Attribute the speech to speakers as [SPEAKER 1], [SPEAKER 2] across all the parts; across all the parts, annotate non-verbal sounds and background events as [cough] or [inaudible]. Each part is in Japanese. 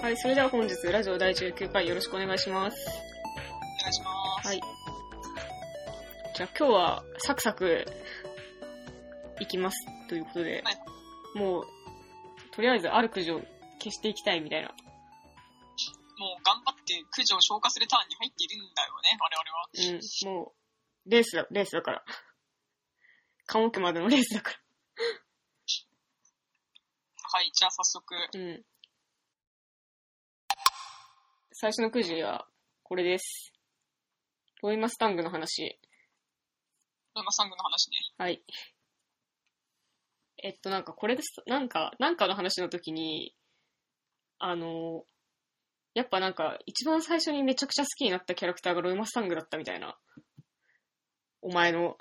[SPEAKER 1] はい、それでは本日、ラジオ第19回よろしくお願いします。
[SPEAKER 2] お願いします。
[SPEAKER 1] はい。じゃあ今日はサクサクいきますということで、
[SPEAKER 2] はい
[SPEAKER 1] もう、とりあえずあるくじを消していきたいみたいな。
[SPEAKER 2] もう頑張って駆除を消化するターンに入っているんだよね、
[SPEAKER 1] う
[SPEAKER 2] 我々は。
[SPEAKER 1] ん、もう、レースだ、レースだから。 [laughs] 科目までのレースだか
[SPEAKER 2] はい、じゃあ早速。
[SPEAKER 1] ら。うん。最初のくじは、これです。ロイマスタングの話。
[SPEAKER 2] ロイマサングの話ね。
[SPEAKER 1] はい。えっと、なんかこれです、なんか、なんかの話の時に、あの、やっぱなんか、一番最初にめちゃくちゃ好きになったキャラクターがロイマスタングだったみたいな。お前の。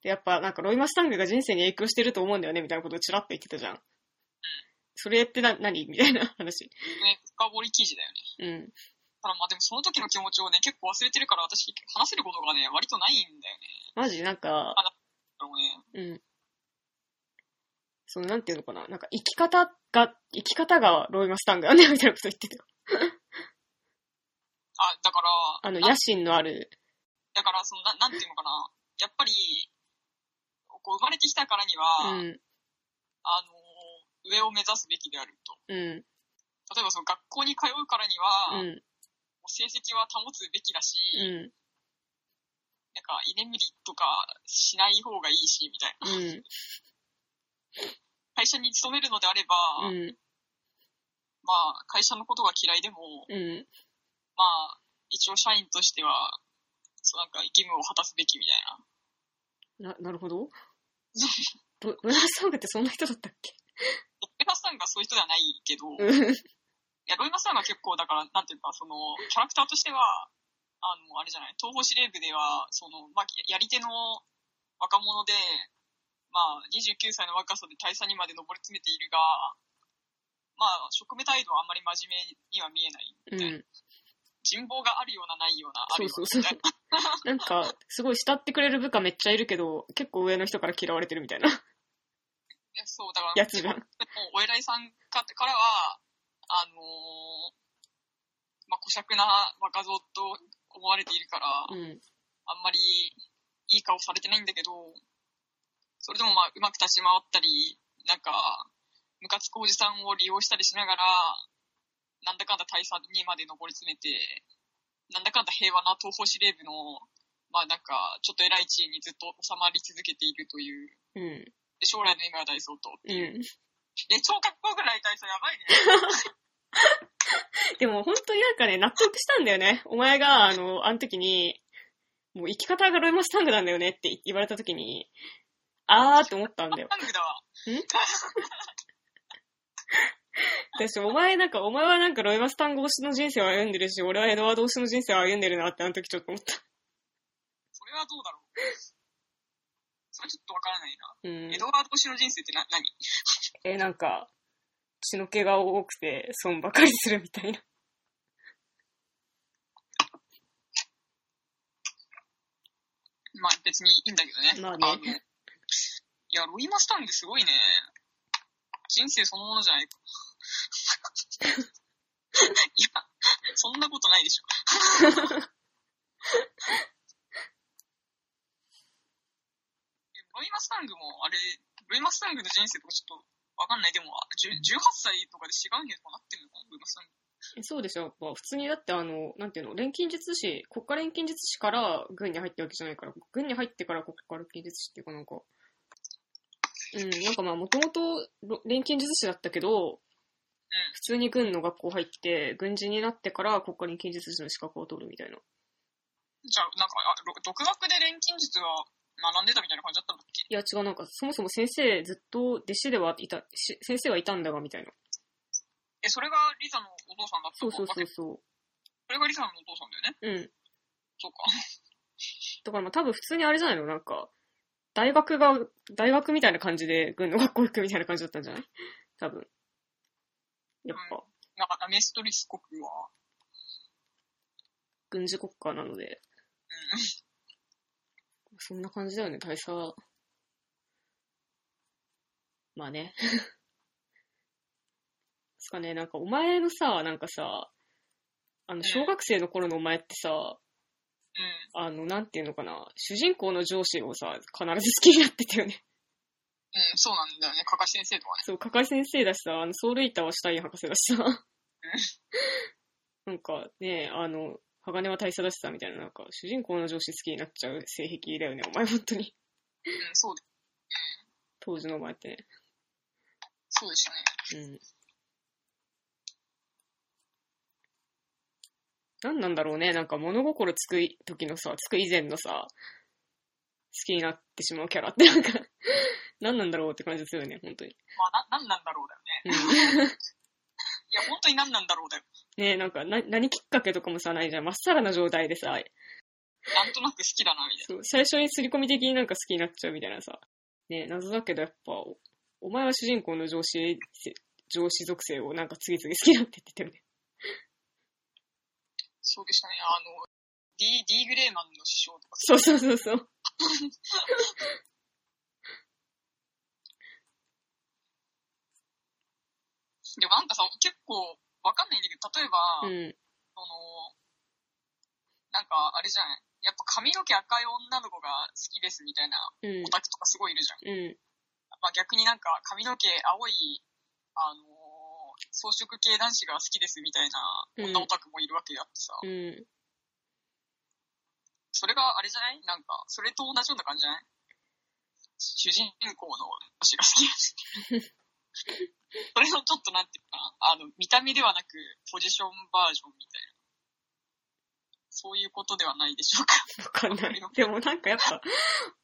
[SPEAKER 1] で、やっぱなんかロイマスタングが人生に影響してると思うんだよね、みたいなことをちらっと言ってたじゃん。それってな、何みたいな話。
[SPEAKER 2] ね、深掘り記事だよね。
[SPEAKER 1] うん。
[SPEAKER 2] ただまあでもその時の気持ちをね、結構忘れてるから私話せることがね、割とないんだよね。
[SPEAKER 1] マジなんか、
[SPEAKER 2] でもね、
[SPEAKER 1] うん。その、なんていうのかな。なんか、生き方が、生き方がロイマスタングだね、みたいなこと言ってたよ。
[SPEAKER 2] あ、だから、
[SPEAKER 1] あの、
[SPEAKER 2] な
[SPEAKER 1] 野心のある、
[SPEAKER 2] だからそのな、なんていうのかな。やっぱり、こう生まれてきたからに
[SPEAKER 1] う
[SPEAKER 2] は、
[SPEAKER 1] ん、
[SPEAKER 2] あの、上を目指すべきであると。
[SPEAKER 1] う
[SPEAKER 2] 例えばその学校に通うからに
[SPEAKER 1] ん、う
[SPEAKER 2] は、
[SPEAKER 1] ん、
[SPEAKER 2] 成績は保つべきだし、
[SPEAKER 1] うん、
[SPEAKER 2] なんか居眠りとかしない方がいいし、みたいな。
[SPEAKER 1] うん、
[SPEAKER 2] 会社に勤めるのであれば、
[SPEAKER 1] うん、
[SPEAKER 2] まあ、会社のことが嫌いでも、
[SPEAKER 1] うん、
[SPEAKER 2] まあ、一応社員としては、そうなんか義務を果たすべきみたいな。
[SPEAKER 1] な、なるほど。 [laughs] ロロイマスタングってそんな人だったっけ
[SPEAKER 2] ロイマスタンがそういう人ではないけど、
[SPEAKER 1] う
[SPEAKER 2] い
[SPEAKER 1] ん、
[SPEAKER 2] や、ロイマスタンが結構、だから、なんていうか、その、キャラクターとしては、あの、あれじゃない、東方司令部では、その、まあ、やり手の若者で、まあ、29歳の若さで大佐にまで上り詰めているが、まあ、職務態度はあんまり真面目には見えない。
[SPEAKER 1] うん。
[SPEAKER 2] 人望があるような、ないような、あ
[SPEAKER 1] そ
[SPEAKER 2] る
[SPEAKER 1] う
[SPEAKER 2] よう
[SPEAKER 1] そ
[SPEAKER 2] な
[SPEAKER 1] うそう。なんか、すごい慕ってくれる部下めっちゃいるけど、結構上の人から嫌われてるみたいな
[SPEAKER 2] いやそう、だから、
[SPEAKER 1] やつじゃん。
[SPEAKER 2] もうお偉いさんかからは、あのーまあ、小尺な若造と思われているから、あん
[SPEAKER 1] うん、
[SPEAKER 2] まりいい顔されてないんだけど、それでもまあ、うまく立ち回ったり、なんか、ムカつくおじさんを利用したりしながら、なんだかんだ大佐にまで上り詰めて、なんだかんだ平和な東方司令部の、まあなんか、ちょっと偉い地位にずっと収まり続けているという、
[SPEAKER 1] うん、
[SPEAKER 2] で将来の夢は大相当。
[SPEAKER 1] うん。
[SPEAKER 2] え、超かっこよくない大佐やばいね。
[SPEAKER 1] でも本当になんかね、納得したんだよね。お前が、あの、あの時に、もう生き方がロイマスタングなんだよねって言われた時に、あーって思ったんだよ。
[SPEAKER 2] タングだわ。
[SPEAKER 1] 私、お前なんか、お前はなんかロイマスタング推しの人生を歩んでるし、俺はエドワード推しの人生を歩んでるなってあの時ちょっと思った。
[SPEAKER 2] それはどうだろう。それちょっとわからないな。
[SPEAKER 1] うん
[SPEAKER 2] エ。ドワード・シの人生ってな、何
[SPEAKER 1] え、なんか、血の毛が多くて損ばかりするみたいな。
[SPEAKER 2] まあ別にいいんだけどね。
[SPEAKER 1] まあね
[SPEAKER 2] のいや、ロイマスタングすごいね。人生そのものじゃないか。 [laughs] いや、そんなことないでしょ。 [laughs] ロイマスタングも、あれ、ロイマスタングの人生とかちょっとわかんない。でも、じゅ18歳とかで違うにとかなってるのかな、ロイマスタング。
[SPEAKER 1] えそうでしょ。まあ普通にだってあの、なんていうの、錬金術師、国家錬金術師から軍に入ったわけじゃないから、軍に入ってから国家錬金術師っていうかなんか、うん、なんかまあもともと錬金術師だったけど、普通に軍の学校入って、軍人になってから国家錬金術師の資格を取るみたいな。
[SPEAKER 2] じゃあ、なんか、あろ独学で錬金術は学んでたみたいな感じだったんだっけ
[SPEAKER 1] いや違う、なんかそもそも先生ずっと弟子ではいた、し先生はいたんだがみたいな。
[SPEAKER 2] え、それがリサのお父さんだった
[SPEAKER 1] そう
[SPEAKER 2] の
[SPEAKER 1] そうそう
[SPEAKER 2] わかってる
[SPEAKER 1] そ
[SPEAKER 2] それがリサのお父さんだよね。
[SPEAKER 1] う。うん。
[SPEAKER 2] そうか。
[SPEAKER 1] だからまあ多分普通にあれじゃないのなんか、大学が、大学みたいな感じで軍の学校行くみたいな感じだったんじゃない多分。やっぱ、
[SPEAKER 2] なんか、アメストリス国は、
[SPEAKER 1] 軍事国家なので。そんな感じだよね、大佐。 [laughs] まあね。かね、なんかお前のさ、なんかさ、あの、小学生の頃のお前ってさ、
[SPEAKER 2] うん。
[SPEAKER 1] あの、なんていうのかな、主人公の上司をさ、必ず好きになってたよね。
[SPEAKER 2] うん、そうなんだよね。かかし先生とかね。
[SPEAKER 1] そう、加賀先生だしさ、あの、ソウルイーターはシュタイン博士だしさ。なんかね、あの、鋼は大佐だしさ、みたいな、なんか、主人公の上司好きになっちゃう性癖だよね、お前、本当に。
[SPEAKER 2] うん、そうで、
[SPEAKER 1] 当時のお前ってね。
[SPEAKER 2] そうでしたね。
[SPEAKER 1] うん。なんなんだろうね、なんか物心つくい時のさ、つく以前のさ、好きになってしまうキャラって、なんか、なんなんだろうって感じするよね、本当に。
[SPEAKER 2] まあ、な、なんなんだろうだよね。
[SPEAKER 1] うん
[SPEAKER 2] いや、本当になんなんだろうだよ。
[SPEAKER 1] ねえ、なんか、な、何きっかけとかもさ、ないじゃん。まっさらな状態でさ、
[SPEAKER 2] なんとなく好きだな、みた
[SPEAKER 1] そ
[SPEAKER 2] いな。
[SPEAKER 1] う、最初に刷り込み的になんか好きになっちゃうみたいなさ。ねえ、謎だけどやっぱ、おお前は主人公の上司、せ上司属性をなんか次々好きになってって言ってるね。 [laughs]
[SPEAKER 2] そうでしたね。あの、D、D グレーマンの師匠とか、
[SPEAKER 1] そうそうそうそう。
[SPEAKER 2] でもなんかさ、結構わかんないんだけど、例えば、
[SPEAKER 1] うん。
[SPEAKER 2] その、なんかあれじゃないやっぱ髪の毛赤い女の子が好きですみたいな
[SPEAKER 1] うん
[SPEAKER 2] オ。タクとかすごいいるじゃ
[SPEAKER 1] う
[SPEAKER 2] ん。
[SPEAKER 1] ん。
[SPEAKER 2] まあ逆になんか髪の毛青い、あのー装飾系男子が好きですみたいな女オタクもいるわけであってさ、
[SPEAKER 1] うん。
[SPEAKER 2] それがあれじゃないなんか、それと同じような感じじゃない主人公の推しが好きです。 [laughs] それのちょっとなんていうかな、あの、見た目ではなく、ポジションバージョンみたいな。そういうことではないでしょうか。
[SPEAKER 1] わかんない。でもなんかやっぱ、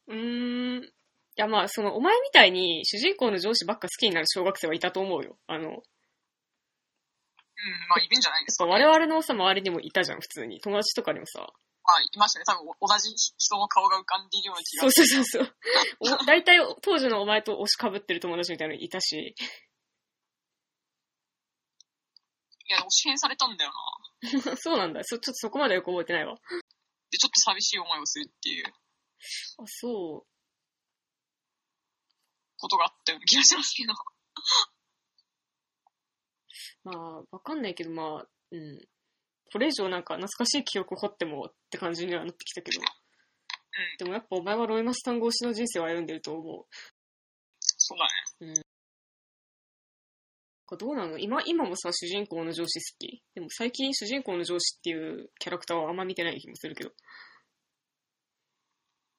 [SPEAKER 1] うーん。いやまあ、その、お前みたいに主人公の上司ばっか好きになる小学生はいたと思うよ。あの、やっ
[SPEAKER 2] うん、まあ、いるんじゃないです
[SPEAKER 1] ぱ
[SPEAKER 2] か、
[SPEAKER 1] 我々のさ、周りにもいたじゃん、普通に。友達とかにもさ、
[SPEAKER 2] まあ、いましたね。多分、お同じ人の顔が浮かんでいるような気
[SPEAKER 1] そ
[SPEAKER 2] が
[SPEAKER 1] う。そうそうそう。お大体、当時のお前と推しかぶってる友達みたいなのいたし、
[SPEAKER 2] いや、でも推し変されたんだよな。
[SPEAKER 1] [laughs] そうなんだ。そ、ちょっとそこまでよく覚えてないわ。
[SPEAKER 2] で、ちょっと寂しい思いをするっていう
[SPEAKER 1] あ、そ
[SPEAKER 2] ことがあったような気がしますけど。
[SPEAKER 1] う。
[SPEAKER 2] [laughs]
[SPEAKER 1] まあ、わかんないけど、まあ、うん。これ以上なんか懐かしい記憶を掘ってもって感じにはなってきたけど。でもやっぱお前はロイマスタン越しの人生を歩んでると思う。
[SPEAKER 2] そうだね。
[SPEAKER 1] これどうなの今、今もさ、主人公の上司好きでも最近主人公の上司っていうキャラクターはあんま見てない気もするけど。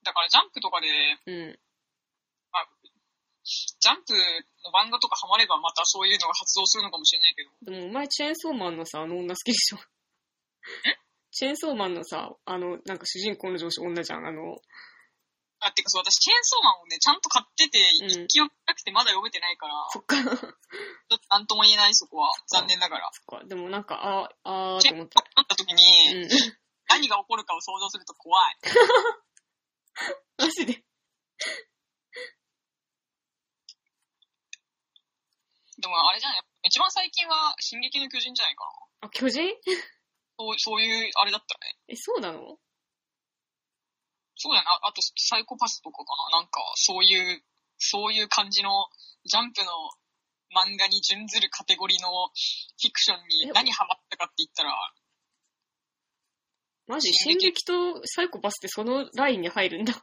[SPEAKER 2] だから、ジャンプとかで、
[SPEAKER 1] うん。
[SPEAKER 2] まあ、ジャンプの漫画とかハマればまたそういうのが発動するのかもしれないけど、
[SPEAKER 1] でもお前チェーンソーマンのさ、あの女好きでしょチェーンソーマンのさ、あの、なんか主人公の上司女じゃん。あの、
[SPEAKER 2] あ、てかそう、私、チェーンソーマンをね、ちゃんと買ってて、
[SPEAKER 1] うん
[SPEAKER 2] 一気読みたくてまだ読めてないから、
[SPEAKER 1] そっか。そっ
[SPEAKER 2] ちょっとなんとも言えないそこは、残念ながら。
[SPEAKER 1] か。でもなんか、あー、あー
[SPEAKER 2] チ
[SPEAKER 1] と
[SPEAKER 2] ェー
[SPEAKER 1] 思っ
[SPEAKER 2] ンソー
[SPEAKER 1] た。
[SPEAKER 2] マンだった時に、
[SPEAKER 1] うん。
[SPEAKER 2] 何が起こるかを想像すると怖い。 [laughs]
[SPEAKER 1] マジで。
[SPEAKER 2] でもあれじゃない一番最近は、進撃の巨人じゃないかな。
[SPEAKER 1] あ、巨人 [laughs]
[SPEAKER 2] そうそういう、あれだったね。
[SPEAKER 1] え、そうなの
[SPEAKER 2] そうだね。ああと、サイコパスとかかな。なんか、そういう、そういう感じの、ジャンプの漫画に準ずるカテゴリーのフィクションに
[SPEAKER 1] え
[SPEAKER 2] 何ハマったかって言ったら、
[SPEAKER 1] マジ進
[SPEAKER 2] 進
[SPEAKER 1] 撃とサイコパスってそのラインに入るんだ。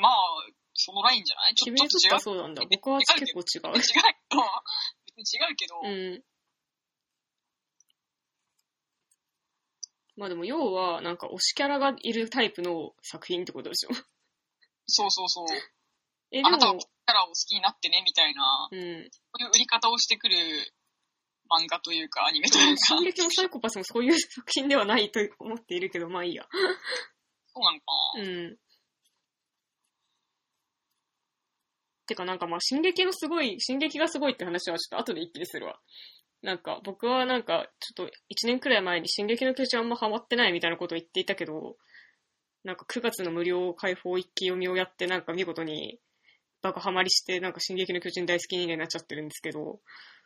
[SPEAKER 2] まあ、そのラインじゃない [laughs] ちょ
[SPEAKER 1] 君
[SPEAKER 2] っと
[SPEAKER 1] にと
[SPEAKER 2] ち
[SPEAKER 1] っては
[SPEAKER 2] ょっと
[SPEAKER 1] そうなんだ。僕は結構違
[SPEAKER 2] 違う。違 [laughs] う
[SPEAKER 1] う。
[SPEAKER 2] けど、別に違うけど、
[SPEAKER 1] うん。まあでも要は、なんか推しキャラがいるタイプの作品ってことでしょ。 [laughs]
[SPEAKER 2] そうそうそう。
[SPEAKER 1] え、で
[SPEAKER 2] あなたは
[SPEAKER 1] も
[SPEAKER 2] この、キャラを好きになってね、みたいな、
[SPEAKER 1] うん。
[SPEAKER 2] そういう売り方をしてくる漫画というか、アニメというか、そう
[SPEAKER 1] 進撃もサイコパスもそういう作品ではないと思っているけど、まあいいや。
[SPEAKER 2] なのかな。
[SPEAKER 1] うん。てかなんかまあ、進撃のすごい、進撃がすごいって話はちょっと後で一気にするわ。なんか僕はなんか、ちょっと1年くらい前に進撃の巨人あんまハマってないみたいなことを言っていたけど、なんか9月の無料開放一気読みをやってなんか見事にバカハマりしてなんか進撃の巨人大好き人間になっちゃってるんですけど、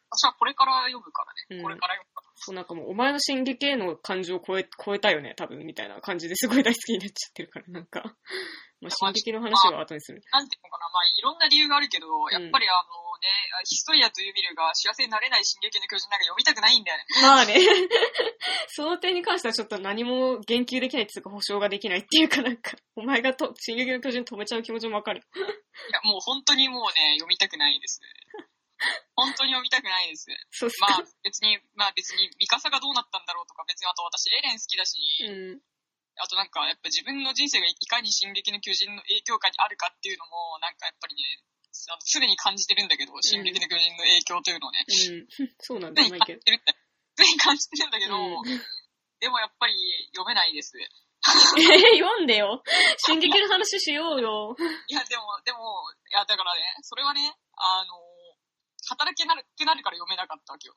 [SPEAKER 2] 私はこれから読むから
[SPEAKER 1] う
[SPEAKER 2] ね。
[SPEAKER 1] ん
[SPEAKER 2] これから読むから。
[SPEAKER 1] そうなんかもうお前の進撃への感情を超え、超えたよね、多分みたいな感じですごい大好きになっちゃってるから、なんか、まあ、進撃の話は後にする。
[SPEAKER 2] なんていうのかな、まあ、いろんな理由があるけど、やっぱりあのね、ヒストリアとユミルが幸せになれない進撃の巨人なんか読みたくないんだよ
[SPEAKER 1] [laughs]
[SPEAKER 2] ね。
[SPEAKER 1] まあね。その点に関してはちょっと何も言及できないっていうか保証ができないっていうかなんか、お前がと、進撃の巨人止めちゃう気持ちもわかる。
[SPEAKER 2] いや、もう本当にもうね、読みたくないです。本当に読みたくないです。
[SPEAKER 1] そうっすか。
[SPEAKER 2] まあ、別に、まあ別に、ミカサがどうなったんだろうとか、別にあと私、エレン好きだし、
[SPEAKER 1] うん。
[SPEAKER 2] あとなんか、やっぱ自分の人生がいかに進撃の巨人の影響下にあるかっていうのも、なんかやっぱりね、あの常に感じてるんだけど、進撃の巨人の影響というのをね、
[SPEAKER 1] うん。 [laughs] そうなんだ、
[SPEAKER 2] 常
[SPEAKER 1] まあい
[SPEAKER 2] に
[SPEAKER 1] いけど。
[SPEAKER 2] 感じてるんだ、常に感じてるんだけど、
[SPEAKER 1] うん [laughs]
[SPEAKER 2] でもやっぱり読めないです。い
[SPEAKER 1] え読んでよ。進撃の話しようよ。
[SPEAKER 2] や、でも、でも、いや、だからね、それはね、あの、働けなるってなるから読めなかったわけよ。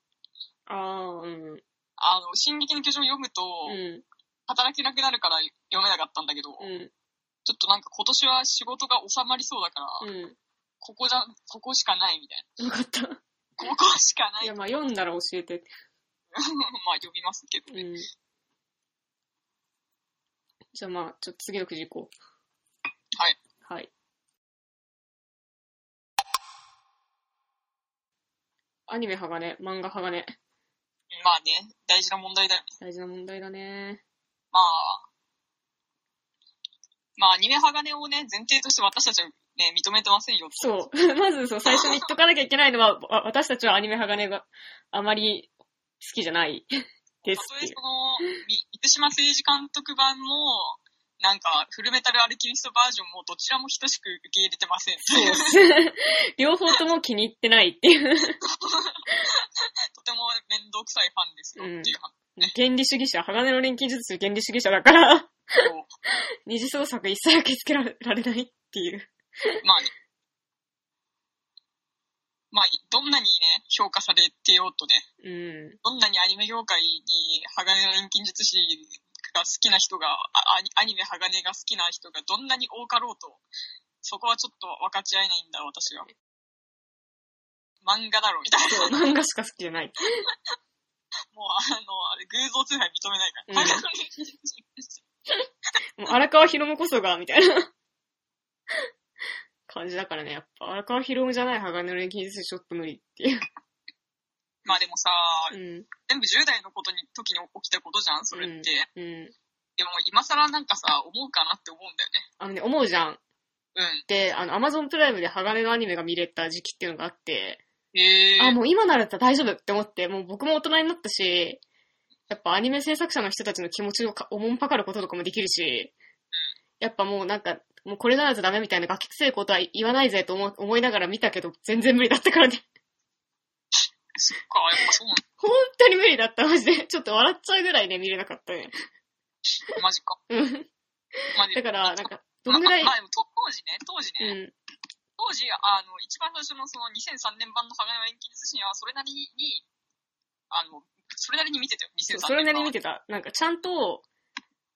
[SPEAKER 1] ああ、うん。
[SPEAKER 2] あの、進撃の巨人を読むと、
[SPEAKER 1] うん。
[SPEAKER 2] 働けなくなるから読めなかったんだけど、
[SPEAKER 1] うん。
[SPEAKER 2] ちょっとなんか今年は仕事が収まりそうだから、
[SPEAKER 1] う
[SPEAKER 2] ここじゃ、ここしかないみたい
[SPEAKER 1] ん。わかった。
[SPEAKER 2] な。ここしかない
[SPEAKER 1] いや、まあ読んだら教えて。
[SPEAKER 2] まあ読みますけど
[SPEAKER 1] う
[SPEAKER 2] ね。
[SPEAKER 1] ん。じゃあまあ、ちょっと次のくじ行こう。
[SPEAKER 2] はい。
[SPEAKER 1] はい。アニメ派がね、漫画派がね、
[SPEAKER 2] まあね、大事な問題だよね。
[SPEAKER 1] 大事な問題だね。
[SPEAKER 2] まあ、まあアニメ鋼をね、前提として私たちはね、認めてませんよと。
[SPEAKER 1] そう。 [laughs] まずそう、最初に言っとかなきゃいけないのは、わ私たちはアニメ派がね、があまり好きじゃないです
[SPEAKER 2] たと
[SPEAKER 1] ってい
[SPEAKER 2] えそ
[SPEAKER 1] う。
[SPEAKER 2] の、み満島誠二監督版も、なんか、フルメタルアルキミストバージョンもどちらも等しく受け入れてません。
[SPEAKER 1] そう両方とも気に入ってないっていう。
[SPEAKER 2] とても面倒くさいファンですよっていう話
[SPEAKER 1] 原理主義者、鋼の錬金術師原理主義者だから、
[SPEAKER 2] と、
[SPEAKER 1] 二次創作一切受け付けられられないっていう。
[SPEAKER 2] まあね。まあ、どんなにね、評価されてようとね、
[SPEAKER 1] うん。
[SPEAKER 2] どんなにアニメ業界に鋼の錬金術師が好きな人が、あアニアニメ鋼が好きな人がどんなに多かろうと、そこはちょっと分かち合えないんだ、私は。漫画だろ、みたい
[SPEAKER 1] そう、
[SPEAKER 2] な。
[SPEAKER 1] 漫画しか好きじゃない。
[SPEAKER 2] もう、あの、あれ、偶像通販認めないから。
[SPEAKER 1] うん
[SPEAKER 2] 鋼の錬金術師
[SPEAKER 1] もう荒川博夢こそが、みたいな感じだからね、やっぱ荒川博夢じゃない鋼の錬金術師ちょっと無理っていう。
[SPEAKER 2] [laughs] まあでもさ、
[SPEAKER 1] うん。
[SPEAKER 2] 全部10代のことに、時に起きたことじゃん、それって。
[SPEAKER 1] うん。
[SPEAKER 2] でも、今更なんかさ、思うかなって思うんだよ
[SPEAKER 1] あのね、思うじゃん。
[SPEAKER 2] ね。
[SPEAKER 1] で、あの、アマゾンプライムで鋼のアニメが見れた時期っていうのがあって、
[SPEAKER 2] うん。へえ。
[SPEAKER 1] あ、もう今なら大丈夫って思って、もう僕も大人になったし、やっぱアニメ制作者の人たちの気持ちをかおもんぱかることとかもできるし、やっぱもうなんか、もうこれならずダメみたいな楽器くいことは言わないぜと思う思いながら見たけど、全然無理だったからね。
[SPEAKER 2] そっか、やっぱそうなんだ。
[SPEAKER 1] 本当に無理だった、マジで。ちょっと笑っちゃうぐらいね、見れなかったね。
[SPEAKER 2] [laughs] マジか。
[SPEAKER 1] うん。
[SPEAKER 2] マジ
[SPEAKER 1] だから、なんか、どんぐ
[SPEAKER 2] まあ
[SPEAKER 1] らい、
[SPEAKER 2] まあでも当時ね、当時
[SPEAKER 1] う
[SPEAKER 2] ね、
[SPEAKER 1] ん、
[SPEAKER 2] 当時、あの、一番最初のその2003年版の鋼の錬金術師には、それなりに、あの、それなりに見てたよ、
[SPEAKER 1] そう
[SPEAKER 2] 2003年版。
[SPEAKER 1] それなり見てた。なんか、ちゃんと、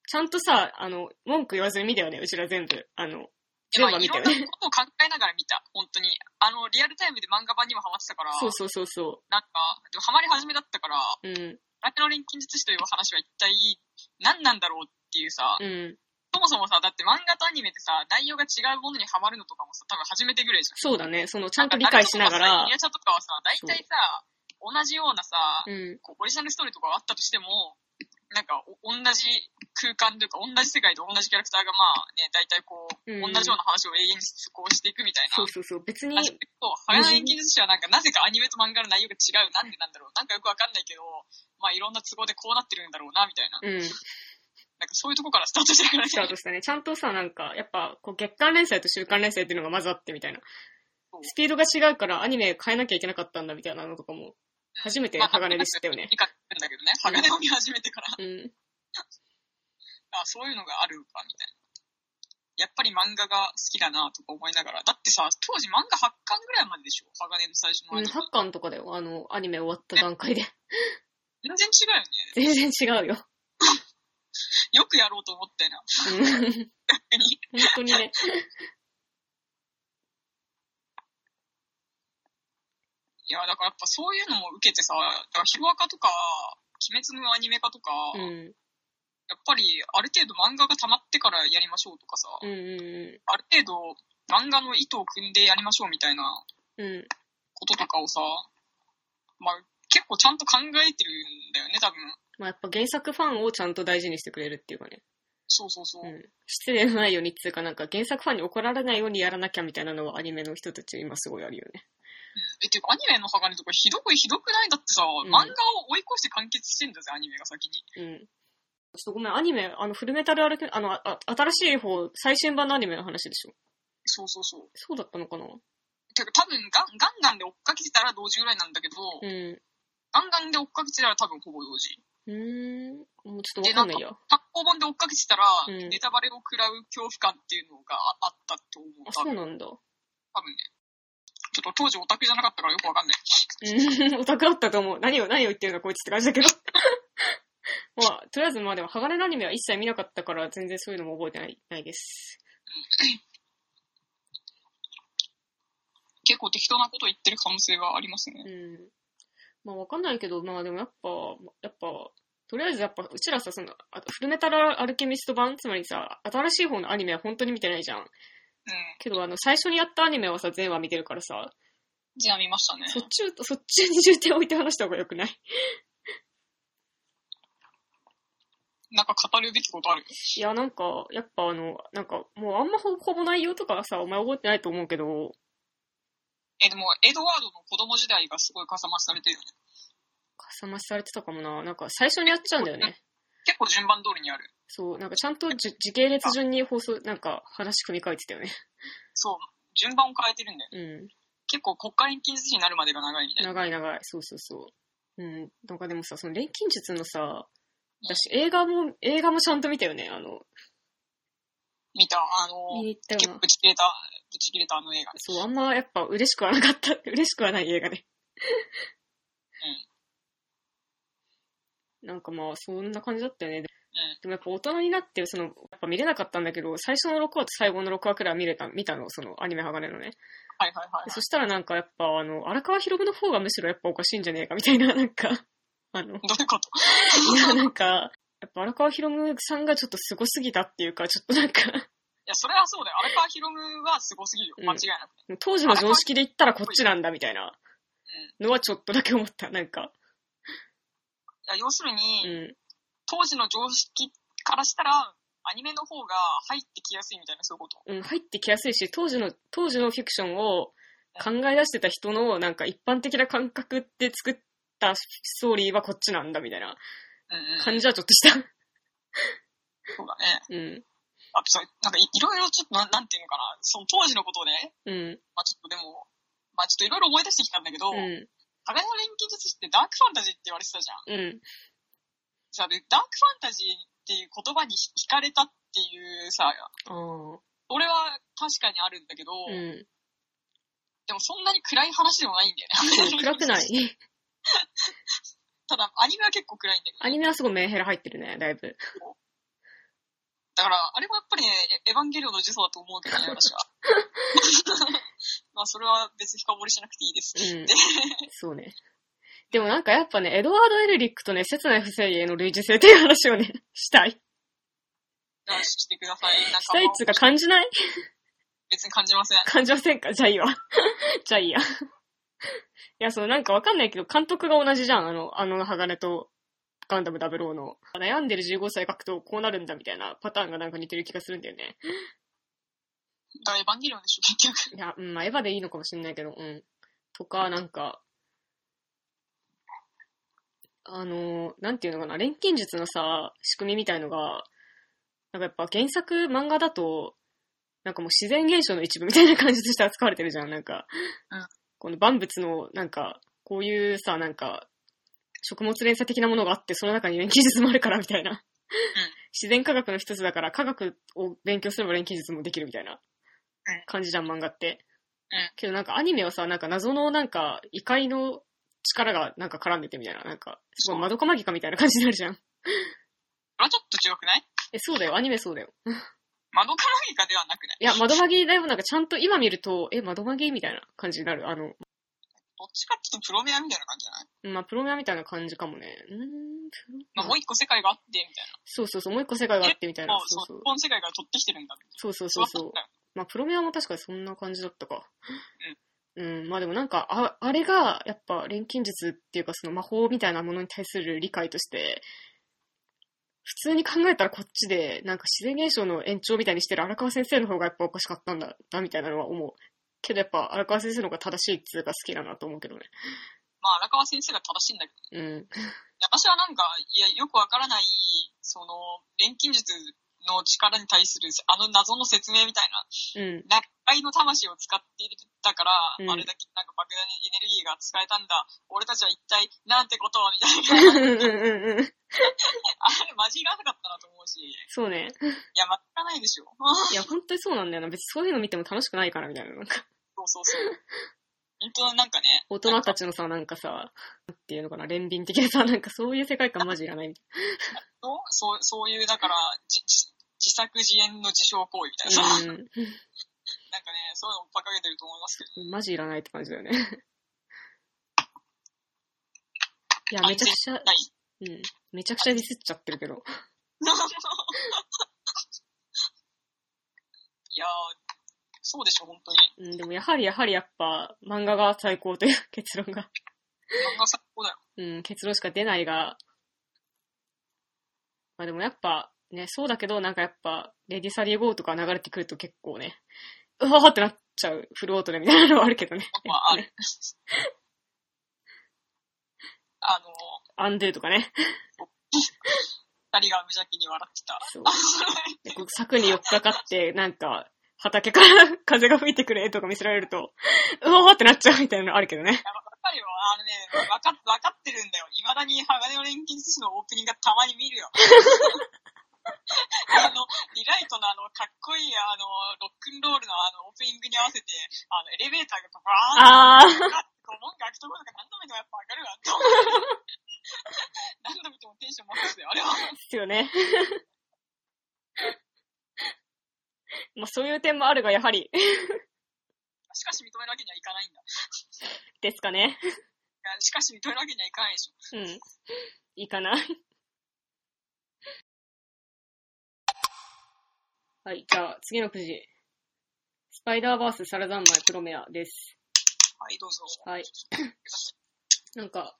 [SPEAKER 1] ちゃんとさ、あの、文句言わずに見たよね、うちら全部。あの、全
[SPEAKER 2] ま
[SPEAKER 1] 部
[SPEAKER 2] あ
[SPEAKER 1] は見
[SPEAKER 2] い
[SPEAKER 1] た
[SPEAKER 2] ろ
[SPEAKER 1] よ
[SPEAKER 2] んな
[SPEAKER 1] ね。
[SPEAKER 2] ことを考えながら見た、本当に。あの、リアルタイムで漫画版にもハマってたから、
[SPEAKER 1] そうそうそうそ
[SPEAKER 2] なんか、でもハマり始めだったから、
[SPEAKER 1] う。うん、
[SPEAKER 2] 鋼の錬金術師という話は一体何なんだろうっていうさ、
[SPEAKER 1] うん。
[SPEAKER 2] そもそもさ、だって漫画とアニメってさ、内容が違うものにハマるのとかもさ、多分初めてぐらいじゃん。
[SPEAKER 1] そうだね、その、ちゃんと理解しながら
[SPEAKER 2] イニ、アチャとかはさ、大体さ、同じようなさ、
[SPEAKER 1] うん、
[SPEAKER 2] こうオリジナルストーリーとかがあったとしても、なんかお、同じ空間というか、同じ世界で同じキャラクターが、まあね、大体こう、
[SPEAKER 1] うん
[SPEAKER 2] 同じような話を永遠にこうしていくみたい
[SPEAKER 1] そ
[SPEAKER 2] な
[SPEAKER 1] う。そうそう。別に
[SPEAKER 2] だ、けど、ハガナ演技術師はなんか、なぜかアニメと漫画の内容が違う、なんでなんだろう、なんかよくわかんないけど、まあいろんな都合でこうなってるんだろうな、みたいな。
[SPEAKER 1] うん、
[SPEAKER 2] なんかそういうとこからスタートしてるから
[SPEAKER 1] スター
[SPEAKER 2] ね。
[SPEAKER 1] トしたね。ちゃんとさ、なんか、やっぱ、こう、月間連載と週間連載っていうのがまずあってみたいな
[SPEAKER 2] そ。う
[SPEAKER 1] スピードが違うからアニメ変えなきゃいけなかったんだみたいなのとかも、初めて
[SPEAKER 2] [laughs] まあ
[SPEAKER 1] 鋼で知ったよね。
[SPEAKER 2] 理解するんだけどね、ハガネを見始めてから。
[SPEAKER 1] うん。
[SPEAKER 2] あ、そういうのがあるか、みたいな。やっぱり漫画が好きだな、とか思いながら。だってさ、当時漫画8巻ぐらいまででしょ鋼の最初の
[SPEAKER 1] う
[SPEAKER 2] ア
[SPEAKER 1] ん、
[SPEAKER 2] ニメ
[SPEAKER 1] ハッカンとかだよ。あの、アニメ終わった段階で。 [laughs]
[SPEAKER 2] 全然違うよね。
[SPEAKER 1] 全然違う
[SPEAKER 2] [laughs]
[SPEAKER 1] よ。
[SPEAKER 2] よくやろうと思ったよな。
[SPEAKER 1] うん本
[SPEAKER 2] 逆に。
[SPEAKER 1] 当にね。
[SPEAKER 2] いや、だからやっぱそういうのも受けてさ、だからヒロアカとか、鬼滅のアニメ化とか、
[SPEAKER 1] うん。
[SPEAKER 2] やっぱりある程度漫画が溜まってからやりましょうとかさ、
[SPEAKER 1] うんう
[SPEAKER 2] ある程度漫画の意図を組んでやりましょうみたいなん
[SPEAKER 1] うん。うん。
[SPEAKER 2] こととかをさ、まあ結構ちゃんと考えてるんだよね、多分。
[SPEAKER 1] まあ、やっぱ原作ファンをちゃんと大事にしてくれるっていうかね。
[SPEAKER 2] そうそうそう。
[SPEAKER 1] うん。失礼のないようにっていうか、なんか原作ファンに怒られないようにやらなきゃみたいなのはアニメの人たち今すごいあるよね。
[SPEAKER 2] え、ていうかアニメの鋼とかひどくひどくないだってさ、
[SPEAKER 1] ん
[SPEAKER 2] 漫画を追い越して完結してんだぜ、アニメが先に。
[SPEAKER 1] うん。ちょっとごめん、アニメ、あの、フルメタルアルケ、あの、ああ新しい方、最新版のアニメの話でしょ。
[SPEAKER 2] そうそうそう。
[SPEAKER 1] そうだったのかな
[SPEAKER 2] てか多分ガン、ガンガンで追っかけてたら同時ぐらいなんだけど、
[SPEAKER 1] うん。
[SPEAKER 2] ガンガンで追っかけてたら多分ほぼ同時。
[SPEAKER 1] うーん。もうちょっとわかんないや。
[SPEAKER 2] 発行本で追っかけてたら、
[SPEAKER 1] うん
[SPEAKER 2] ネタバレを食らう恐怖感っていうのがあったと思う。
[SPEAKER 1] あ、
[SPEAKER 2] 多
[SPEAKER 1] そう
[SPEAKER 2] 分
[SPEAKER 1] なんだ。
[SPEAKER 2] 多分ね。ちょっと当時オタクじゃなかったからよくわかんない。
[SPEAKER 1] うん、 [laughs] オタクだったと思う。何を、何を言ってるのこいつって感じだけど。 [laughs] まあ、とりあえずまあでも、鋼のアニメは一切見なかったから、全然そういうのも覚えてない、ないです。
[SPEAKER 2] 結構適当なこと言ってる可能性がありますね。
[SPEAKER 1] うん。まあわかんないけど、まあでもやっぱ、やっぱ、とりあえずやっぱ、うちらさ、その、あフルメタルアルケミスト版、つまりさ、新しい方のアニメは本当に見てないじゃん。
[SPEAKER 2] うん。
[SPEAKER 1] けど、あの、最初にやったアニメはさ、全話見てるからさ、
[SPEAKER 2] じゃあ見ましたね。
[SPEAKER 1] そっちを、そっちに重点置いて話した方がよくない
[SPEAKER 2] なんか語るべきことある。
[SPEAKER 1] いや、なんか、やっぱあの、なんか、もうあんまほほぼ内容とかはさ、お前覚えてないと思うけど、
[SPEAKER 2] え、でも、エドワードの子供時代がすごいかさ増しされてるよね。
[SPEAKER 1] かさ増しされてたかもな。なんか最初にやっちゃうんだよね。
[SPEAKER 2] 結構順番通りにある。
[SPEAKER 1] そう、なんかちゃんとじ時系列順に放送、なんか話組み替えてたよね。
[SPEAKER 2] そう。順番を変えてるんだよね。
[SPEAKER 1] うん。
[SPEAKER 2] 結構国家錬金術師になるまでが長いみたいな。
[SPEAKER 1] 長い長い。そうそうそう。うん。なんかでもさ、その錬金術のさ、私映画も、映画もちゃんと見たよね。あの、
[SPEAKER 2] 見た、あ
[SPEAKER 1] 見
[SPEAKER 2] のー、
[SPEAKER 1] に行った
[SPEAKER 2] 結
[SPEAKER 1] よ
[SPEAKER 2] 構
[SPEAKER 1] な。
[SPEAKER 2] ぶち切れた、ぶち切れたあの映画。
[SPEAKER 1] そう、あんまやっぱ嬉しくはなかった。 [laughs] 嬉しくはない映画で。なんかまあ、そんな感じだったよね。でもやっぱ大人になって、その、やっぱ見れなかったんだけど、最初の6話と最後の6話くらいは見れた、見たの、そのアニメ鋼のね。
[SPEAKER 2] はいはいはい、はい
[SPEAKER 1] で。そしたらなんかやっぱ、あの、荒川博の方がむしろやっぱおかしいんじゃねえかみたいな、なんか、あの、
[SPEAKER 2] どういうこと
[SPEAKER 1] いや、 [laughs] なんか、やっぱ荒川博さんがちょっとすごすぎたっていうか、ちょっとなんか、 [laughs]
[SPEAKER 2] いや、それはそうだよ。荒川博夢はすごすぎるよ。
[SPEAKER 1] うん
[SPEAKER 2] 間違いなく。
[SPEAKER 1] 当時の常識で言ったらこっちなんだみたいなのはちょっとだけ思った、なんか。
[SPEAKER 2] いや要する
[SPEAKER 1] う
[SPEAKER 2] に、
[SPEAKER 1] ん。
[SPEAKER 2] 当時の常識からしたら、アニメの方が入ってきやすいみたいな、そういうこと。
[SPEAKER 1] うん、入ってきやすいし、当時の、当時のフィクションを考え出してた人のなんか一般的な感覚で作ったストーリーはこっちなんだみたいな
[SPEAKER 2] うんうん。
[SPEAKER 1] 感じはちょっとした。
[SPEAKER 2] そうだね。
[SPEAKER 1] うん。
[SPEAKER 2] あとさ、なんかいいろいろちょっとな、なんていうのかな、その当時のことをね、
[SPEAKER 1] うん。
[SPEAKER 2] まあちょっとでも、まあちょっといろいろ思い出してきたんだけど、
[SPEAKER 1] う
[SPEAKER 2] 互い
[SPEAKER 1] ん。
[SPEAKER 2] の錬金術師ってダークファンタジーって言われてたじゃん。
[SPEAKER 1] うん。
[SPEAKER 2] さ、で、ダークファンタジーっていう言葉に惹かれたっていうさ、
[SPEAKER 1] ああ。
[SPEAKER 2] 俺は確かにあるんだけど、
[SPEAKER 1] うん。
[SPEAKER 2] でもそんなに暗い話でもないんだよね。
[SPEAKER 1] 暗くない
[SPEAKER 2] [laughs]
[SPEAKER 1] [laughs]
[SPEAKER 2] ただ、アニメは結構暗いんだけど。
[SPEAKER 1] アニメはすごいメンヘラ入ってるね、だいぶ。
[SPEAKER 2] だから、あれもやっぱりね、エエヴァンゲリオンの呪詛だと思うけどね、
[SPEAKER 1] [laughs]
[SPEAKER 2] 私は。まあ、それは別に深掘りしなくていいです。
[SPEAKER 1] うん。そうね。でもなんかやっぱね、エドワード・エルリックとね、切ない不正義への類似性っていう話をね、 [laughs] したい。し
[SPEAKER 2] じゃあしてください。なんか
[SPEAKER 1] たいっつうか感じない
[SPEAKER 2] 別に感じません。
[SPEAKER 1] 感じませんかじゃあいいわ。 [laughs] じゃあいいや。いや、そのなんかわかんないけど、監督が同じじゃん。あの、あの、鋼とガンダム00の。悩んでる15歳書くとこうなるんだみたいなパターンがなんか似てる気がするんだよね。
[SPEAKER 2] だからエヴァンゲリオンでしょ、結局。
[SPEAKER 1] いや、うん、まあ、エヴァでいいのかもしれないけど、うん。とか、なんか、あのーなんていうのかな、錬金術のさ、仕組みみたいのが、なんかやっぱ原作漫画だと、なんかもう自然現象の一部みたいな感じとして扱われてるじゃん、なんか。
[SPEAKER 2] うん
[SPEAKER 1] この万物の、なんか、こういうさ、なんか、食物連鎖的なものがあって、その中に錬金術もあるから、みたいな。自然科学の一つだから、科学を勉強すれば錬金術もできるみたいな感じじゃん、漫画って。
[SPEAKER 2] うん
[SPEAKER 1] けどなんかアニメはさ、なんか謎のなんか異界の力がなんか絡んでてみたいな、なんか、すごい窓かマギかみたいな感じになるじゃん。
[SPEAKER 2] これはちょっと違くない
[SPEAKER 1] え、そうだよ、アニメそうだよ。
[SPEAKER 2] 窓からギかではなくない
[SPEAKER 1] いや、窓マギだよ、なんかちゃんと今見ると、え、窓マギみたいな感じになる。あの、
[SPEAKER 2] どっちかっていうとプロメアみたいな感じじゃない
[SPEAKER 1] まあ、プロメアみたいな感じかもね。うーん、
[SPEAKER 2] まあ、もう一個世界があって、みたい
[SPEAKER 1] そうそうそう、もう一個世界があってみたい
[SPEAKER 2] な。
[SPEAKER 1] な
[SPEAKER 2] も。う、
[SPEAKER 1] そう
[SPEAKER 2] そ
[SPEAKER 1] そうう
[SPEAKER 2] 日。本世界から取ってきてるんだ。
[SPEAKER 1] そうそうそうそう
[SPEAKER 2] だ。よ
[SPEAKER 1] まあ、プロメアも確かにそんな感じだったか。うん、まあでもなんか、ああれが、やっぱ錬金術っていうかその魔法みたいなものに対する理解として、普通に考えたらこっちで、なんか自然現象の延長みたいにしてる荒川先生の方がやっぱおかしかったんだな、みたいなのは思う。けどやっぱ荒川先生の方が正しいっていうか好きだなと思うけどね。
[SPEAKER 2] まあ、荒川先生が正しいんだけど、
[SPEAKER 1] うん。
[SPEAKER 2] 私はなんか、いや、よくわからない、その、錬金術の力に対する、あの謎の説明みたいな、
[SPEAKER 1] うん。
[SPEAKER 2] な愛の魂を使っていたから、
[SPEAKER 1] うん
[SPEAKER 2] あれだけなんか莫大なエネルギーが使えたんだ、俺たちは一体なんてこと
[SPEAKER 1] [laughs]
[SPEAKER 2] を、みた
[SPEAKER 1] う
[SPEAKER 2] いな。
[SPEAKER 1] んうんうんうん。
[SPEAKER 2] あれ、マジいらなかったなと思うし、い
[SPEAKER 1] [laughs] そうね。
[SPEAKER 2] や、全くないでしょ。 [laughs]
[SPEAKER 1] いや、本当にそうなんだよな。別にそういうの見ても楽しくないから、みたいな。なんか、
[SPEAKER 2] そうそうそう。本当になんかね、
[SPEAKER 1] 大人たちのさ、なんかさ、なんていうのかな、憐憫的なさ、なんかそういう世界観マジいらないみたい
[SPEAKER 2] そうそうそういう、だから、じじ自作自演の自傷行為みたいなさ、なんか
[SPEAKER 1] な。
[SPEAKER 2] ね、そういうのを馬鹿げてると思いますけど、
[SPEAKER 1] うん。マジいらないって感じだよね。いや、めちゃくちゃ、
[SPEAKER 2] ない。 [laughs]
[SPEAKER 1] うん。めちゃくちゃディスっちゃってるけど。
[SPEAKER 2] いやー、そうでしょ、本当に。
[SPEAKER 1] うん、でもやはりやはりやっぱ、漫画が最高という結論が、
[SPEAKER 2] 漫画最高だよ。
[SPEAKER 1] うん、結論しか出ないが、まあでもやっぱ、ね、そうだけど、なんかやっぱ、レディサリー GO とか流れてくると結構ね、うわーってなっちゃう、フルオートでみたいなのはあるけどね。
[SPEAKER 2] まあ、ある [laughs] あの、
[SPEAKER 1] アンドゥとかね。
[SPEAKER 2] 二人が無邪気に笑ってた。 [laughs]
[SPEAKER 1] そう。でこう柵に寄っかかって、なんか、畑から [laughs] 風が吹いてくれとか見せられると、うわーってなっちゃうみたいなのあるけどね。
[SPEAKER 2] いやわかるよ。あのね、わか、わかってるんだよ。未だに鋼の錬金術師のオープニングがたまに見るよ。 [laughs] あの、リライトのあの、かっこいい、あの、ロックンロールのあの、オープニングに合わせて、あの、エレベーターがバーン
[SPEAKER 1] あー、
[SPEAKER 2] と、門が開くところとか何度見てもやっぱ上がるわって思う。何度見てもテンションマックスだよ、あれは。
[SPEAKER 1] ですよね。まあそういう [laughs] 点もあるが、やはり、
[SPEAKER 2] しかし認めるわけにはいかないんだ。い
[SPEAKER 1] ですかね。
[SPEAKER 2] やしかし認めるわけにはいかないでしょ。
[SPEAKER 1] うん。いいかな。はい、じゃあ次のくじ。スパイダーバースサラザンマイプロメアです。
[SPEAKER 2] はい、どうぞ。
[SPEAKER 1] はい。なんか、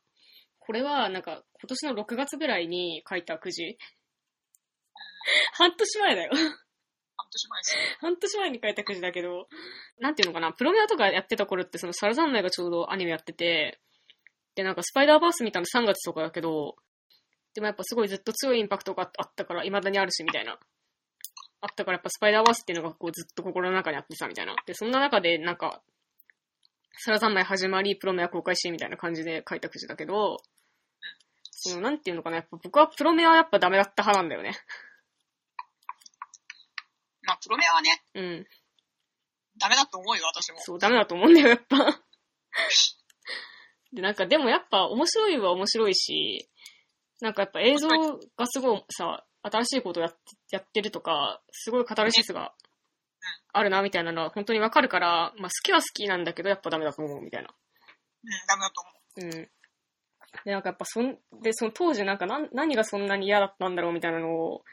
[SPEAKER 1] これは、なんか、今年の6月ぐらいに書いたくじ。 [laughs] 半年前だよ。
[SPEAKER 2] 半年前ですね。
[SPEAKER 1] 半年前に書いたくじだけど、なんていうのかな、プロメアとかやってた頃って、そのサラザンマイがちょうどアニメやってて、で、なんかスパイダーバース見たの3月とかだけど、でもやっぱすごいずっと強いインパクトがあったから、未だにあるし、みたいな。あったからやっぱスパイダーバースっていうのがこうずっと心の中にあってさ、みたいな。で、そんな中でなんか、サラザンマイ始まり、プロメア公開し、みたいな感じで書いたくじだけど、その、なんていうのかな、やっぱ僕はプロメアはやっぱダメだった派なんだよね。
[SPEAKER 2] まあ、プロメアはね、
[SPEAKER 1] うん。
[SPEAKER 2] ダメだと思うよ、私も。
[SPEAKER 1] そう、ダメだと思うんだよ、やっぱ。 [laughs] で、なんか、でもやっぱ、面白いは面白いし、なんかやっぱ映像がすごいさ、新しいことをやってやってるとか、すごいカタルシスがあるな、みたいなのは本当にわかるから、まあ好きは好きなんだけど、やっぱダメだと思う、みたいな。
[SPEAKER 2] うん、ダメだと思う。
[SPEAKER 1] うん。で、なんかやっぱそん、で、その当時なんか何何がそんなに嫌だったんだろうみたいなのを、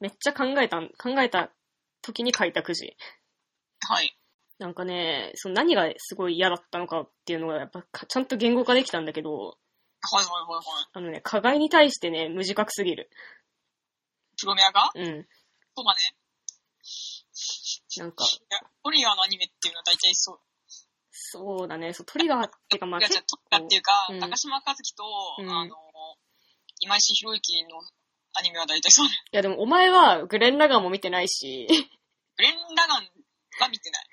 [SPEAKER 1] めっちゃ考えたん、考えた時に書いたくじ。
[SPEAKER 2] はい。
[SPEAKER 1] なんかね、その何がすごい嫌だったのかっていうのが、やっぱかちゃんと言語化できたんだけど、
[SPEAKER 2] はいはいはいはい。
[SPEAKER 1] あのね、加害に対してね、無自覚すぎる。
[SPEAKER 2] プロメアが
[SPEAKER 1] うん。
[SPEAKER 2] そうだね。
[SPEAKER 1] なんか、
[SPEAKER 2] いや、トリガーのアニメっていうのは大体そう。
[SPEAKER 1] そうだね、そう、トリガーっていうか、まあ、
[SPEAKER 2] いや、じゃ
[SPEAKER 1] 結
[SPEAKER 2] あトリガーっていうか、
[SPEAKER 1] うん
[SPEAKER 2] 高島和樹と、
[SPEAKER 1] うん
[SPEAKER 2] あの、今石博之のアニメは大体そうだね。
[SPEAKER 1] いやでもお前はグレン・ラガーも見てないし、 [laughs]
[SPEAKER 2] グレン・ラガンは見てない。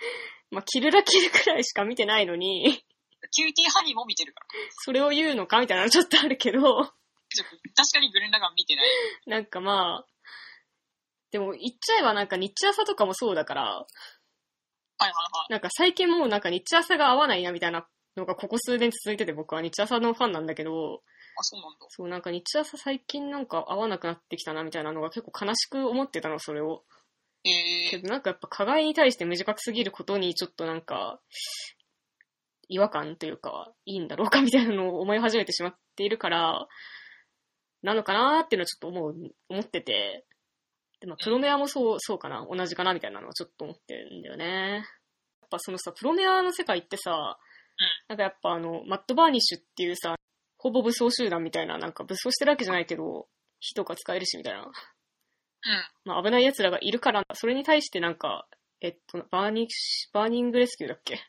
[SPEAKER 1] まあ、キルラキルくらいしか見てないのに、 [laughs]
[SPEAKER 2] キューティーハニーも見てるから。
[SPEAKER 1] それを言うのかみたいなのちょっとあるけど、 [laughs]
[SPEAKER 2] ちょ確かにグレン・ラガン見てない。
[SPEAKER 1] なんかまあ、でも言っちゃえばなんか日朝とかもそうだから、
[SPEAKER 2] はいはいはい。
[SPEAKER 1] なんか最近もうなんか日朝が合わないなみたいなのがここ数年続いてて僕は日朝のファンなんだけど、
[SPEAKER 2] あ、そうなんだ。
[SPEAKER 1] そう、なんか日朝最近なんか会わなくなってきたなみたいなのが結構悲しく思ってたの、それを。
[SPEAKER 2] え
[SPEAKER 1] け
[SPEAKER 2] ー、
[SPEAKER 1] どなんかやっぱ加害に対して無自覚すぎることにちょっとなんか、違和感というか、いいんだろうかみたいなのを思い始めてしまっているから、なのかなーっていうのはちょっと思う、思ってて。で、まあ、プロメアもそう、そうかな、同じかなみたいなのはちょっと思ってるんだよね。やっぱそのさ、プロメアの世界ってさ、なんかやっぱあの、マット・バーニッシュっていうさ、ほぼ武装集団みたいな、なんか武装してるわけじゃないけど、火とか使えるしみたいな。まあ、危ない奴らがいるから、それに対してなんか、えっと、バーニッシュ、バーニングレスキューだっけ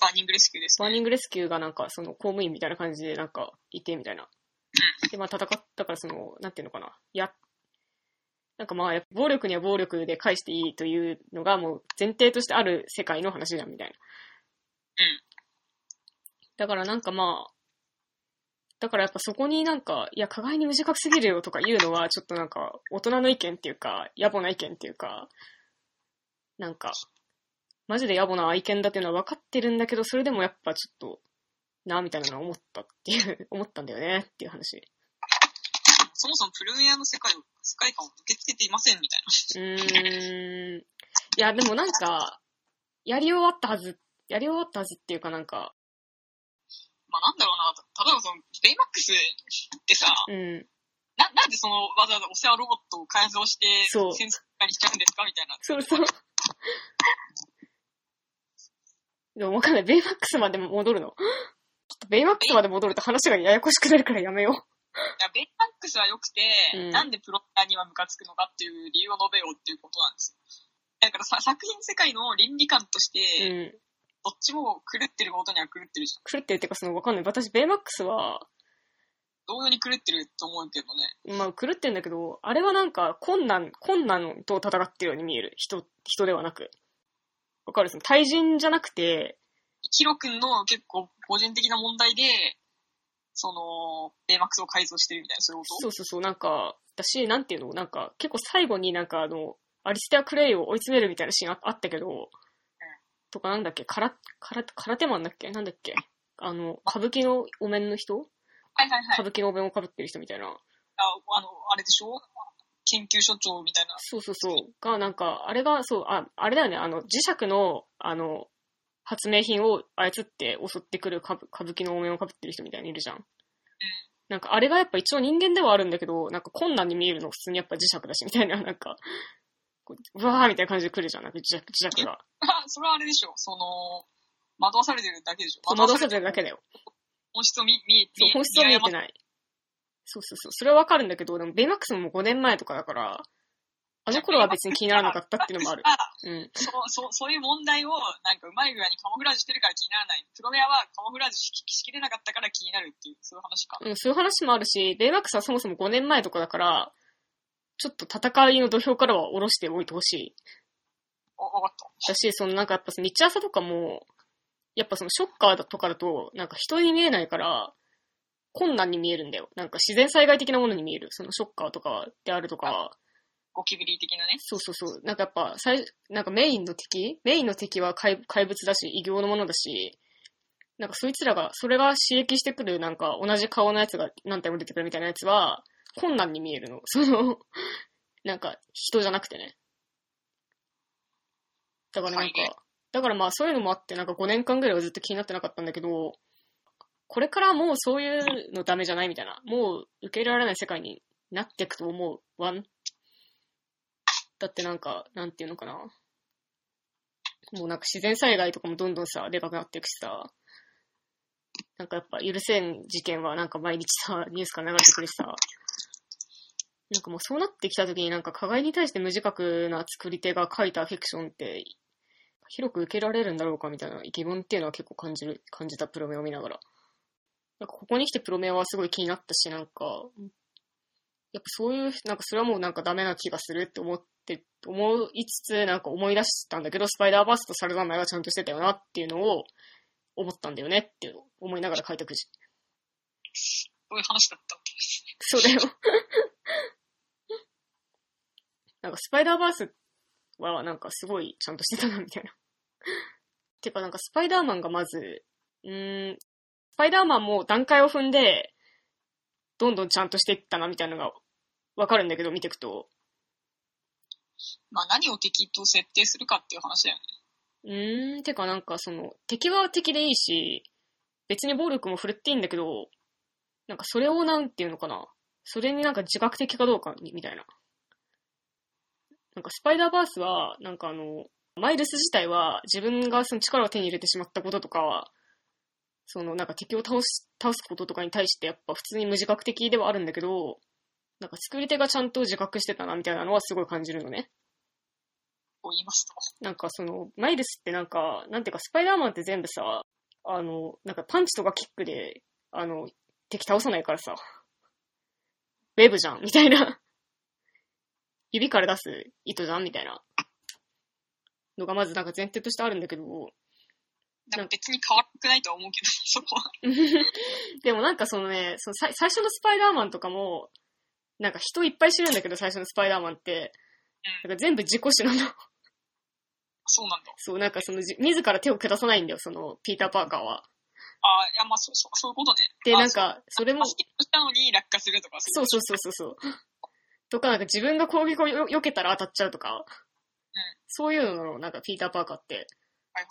[SPEAKER 2] バーニングレスキューです
[SPEAKER 1] バー
[SPEAKER 2] ね。
[SPEAKER 1] ニングレスキューがなんか、その公務員みたいな感じでなんか、いてみたいな。で、まあ戦ったからその、なんていうのかな。や、なんかまあ、やっぱ暴力には暴力で返していいというのがもう前提としてある世界の話じゃんみたいな。
[SPEAKER 2] うん
[SPEAKER 1] だからなんかまあ、だからやっぱそこになんか、いや、加害に無自覚すぎるよとか言うのは、ちょっとなんか、大人の意見っていうか、野暮な意見っていうか、なんか、マジで野暮な意見だっていうのは分かってるんだけど、それでもやっぱちょっと、なあみたいなのは思ったっていう、 [laughs] 思ったんだよねっていう話。
[SPEAKER 2] そもそもプルメアの世界を、世界観を受け付けていませんみたいな。 [laughs]
[SPEAKER 1] うーん。いや、でもなんか、やり終わったはず、やり終わったはずっていうかなんか、
[SPEAKER 2] まあなんだろうな、例えばその、ベイマックスってさ、
[SPEAKER 1] うん、
[SPEAKER 2] な、なんでそのわざわざオセアロボットを改造して
[SPEAKER 1] そう、
[SPEAKER 2] 戦争にしちゃうんですかみたいな。
[SPEAKER 1] そうそう。 [laughs] でもわかんない。ベイマックスまで戻るの。ちょっとベイマックスまで戻ると話がややこしくなるからやめよう。
[SPEAKER 2] いや、ベイマックスは良くて、
[SPEAKER 1] うん
[SPEAKER 2] なんでプロメアにはムカつくのかっていう理由を述べようっていうことなんですよ。だからさ、作品世界の倫理観として、
[SPEAKER 1] うん。
[SPEAKER 2] どっちも狂ってることには狂ってるじゃん。
[SPEAKER 1] 狂ってるっていうか、そのわかんない。私、ベイマックスは、
[SPEAKER 2] 同様に狂ってると思うけどね。
[SPEAKER 1] まあ狂ってるんだけど、あれはなんか困難、困難と戦ってるように見える。人、人ではなく。わかるその対人じゃなくて、
[SPEAKER 2] ヒロ君の結構個人的な問題で、その、ベイマックスを改造してるみたいな、そういうこと
[SPEAKER 1] そうそうそう、なんか、だし、なんていうのなんか、結構最後になんかあの、アリステア・クレイを追い詰めるみたいなシーンああったけど、とかなんだっけ、空、空、空手マンだっけなんだっけあの、歌舞伎のお面の人
[SPEAKER 2] はいはいはい。
[SPEAKER 1] 歌舞伎のお面をかぶってる人みたいな。
[SPEAKER 2] ああの、あれでしょ研究所長みたいな。 [laughs]
[SPEAKER 1] そうそうそう。が、なんか、あれが、そう、あ、あれだよね、あの、磁石の、あの、発明品を操って襲ってくる歌舞歌舞伎のお面をかぶってる人みたいにいるじゃん。なんか、あれがやっぱ一応人間ではあるんだけど、なんか困難に見えるの普通にやっぱ磁石だし、みたいな、なん [laughs] か、こううわーみたいな感じで来るじゃん、なんか磁石磁石が。
[SPEAKER 2] あそれはあれでしょその、惑わされてるだけでしょ
[SPEAKER 1] 惑わされてるだけだよ。
[SPEAKER 2] 本質を見、見、
[SPEAKER 1] そう、本質は見えて
[SPEAKER 2] い。
[SPEAKER 1] ない。そうそうそう。それはわかるんだけど、でも、ベイマックスももう5年前とかだから、あの頃は別に気にならなかったっていうのもある。
[SPEAKER 2] [laughs] あ
[SPEAKER 1] うん。
[SPEAKER 2] そう、そう、そういう問題を、なんかうまい具合にカモフラージュしてるから気にならない。プロメアはカモフラージュしきしきれなかったから気になるっていう、そういう話か。
[SPEAKER 1] うん、そういう話もあるし、ベイマックスはそもそも5年前とかだから、ちょっと戦いの土俵からは下ろしておいてほしい。
[SPEAKER 2] お、わかった。
[SPEAKER 1] だし、そのなんかやっぱその日朝とかも、やっぱそのショッカーだとかだと、なんか人に見えないから、困難に見えるんだよ。なんか自然災害的なものに見える。そのショッカーとかであるとか、
[SPEAKER 2] ゴキブリ的なね。
[SPEAKER 1] そうそうそう。なんかやっぱ、最、なんかメインの敵メインの敵は怪怪物だし、異形のものだし、なんかそいつらが、それが刺激してくる、なんか同じ顔のやつが何体も出てくるみたいなやつは、困難に見えるの。その、なんか人じゃなくてね。だからなん
[SPEAKER 2] はいね
[SPEAKER 1] か、だからまあそういうのもあって、なんか5年間ぐらいはずっと気になってなかったんだけど、これからもうそういうのダメじゃないみたいな。もう受け入れられない世界になっていくと思うわん。だってなんか、なんていうのかな。もうなんか自然災害とかもどんどんさ、でかくなっていくしさ。なんかやっぱ許せん事件はなんか毎日さ、ニュースから流れてくるしさ。なんかもうそうなってきた時になんか加害に対して無自覚な作り手が書いたフィクションって、広く受けられるんだろうかみたいな疑問っていうのは結構感じる、感じたプロメアを見ながら。なんかここに来てプロメアはすごい気になったし、なんか、やっぱそういう、なんかそれはもうなんかダメな気がするって思って、思いつつ、なんか思い出したんだけど、スパイダーバースとサルザンナイはちゃんとしてたよなっていうのを思ったんだよねっていうのを思いながら書いたくじ。
[SPEAKER 2] そういう話だった。
[SPEAKER 1] そうだよ。 [laughs] なんかスパイダーバースはなんかすごいちゃんとしてたなみたいな。てかなんかスパイダーマンがまず、うーん、スパイダーマンも段階を踏んで、どんどんちゃんとしていったなみたいなのがわかるんだけど見てくと、
[SPEAKER 2] まあ何を敵と設定するかっていう話だよね。
[SPEAKER 1] うーん、てかなんかその、敵は敵でいいし、別に暴力も振るっていいんだけど、なんかそれをなんていうのかな、それになんか自覚的かどうかみみたいな。なんかスパイダーバースは、なんかあの、マイルス自体は自分がその力を手に入れてしまったこととかは、そのなんか敵を倒し、倒すこととかに対してやっぱ普通に無自覚的ではあるんだけど、なんか作り手がちゃんと自覚してたなみたいなのはすごい感じるのね。
[SPEAKER 2] を言いますと。
[SPEAKER 1] なんかその、マイルスってなんか、なんていうか、スパイダーマンって全部さ、あの、なんかパンチとかキックで、あの、敵倒さないからさ、ウェブじゃん、みたいな。 [laughs] 指から出す糸じゃん、みたいな。のがまずなんか前提としてあるんだけど、 [laughs]
[SPEAKER 2] なんか別に変わらなくないとは思うけど、そこは。
[SPEAKER 1] でもなんかそのね、そのさい最初のスパイダーマンとかも、なんか人いっぱい知るんだけど、最初のスパイダーマンって。なんか全部自己死なの。 [laughs]
[SPEAKER 2] そうなんだ。
[SPEAKER 1] そう、なんかそのじ、自ら手を下さないんだよ、その、ピーター・パーカーは。
[SPEAKER 2] ああ、いや、まあそう、そうそういうことね。
[SPEAKER 1] で、
[SPEAKER 2] あ
[SPEAKER 1] なんか、それも、
[SPEAKER 2] 助けに行ったのに落下するとか、
[SPEAKER 1] そうそうそうそうそう。とか、なんか自分が攻撃をよ避けたら当たっちゃうとか、そういうのなの、なんかピーター・パーカーって。
[SPEAKER 2] はいはい。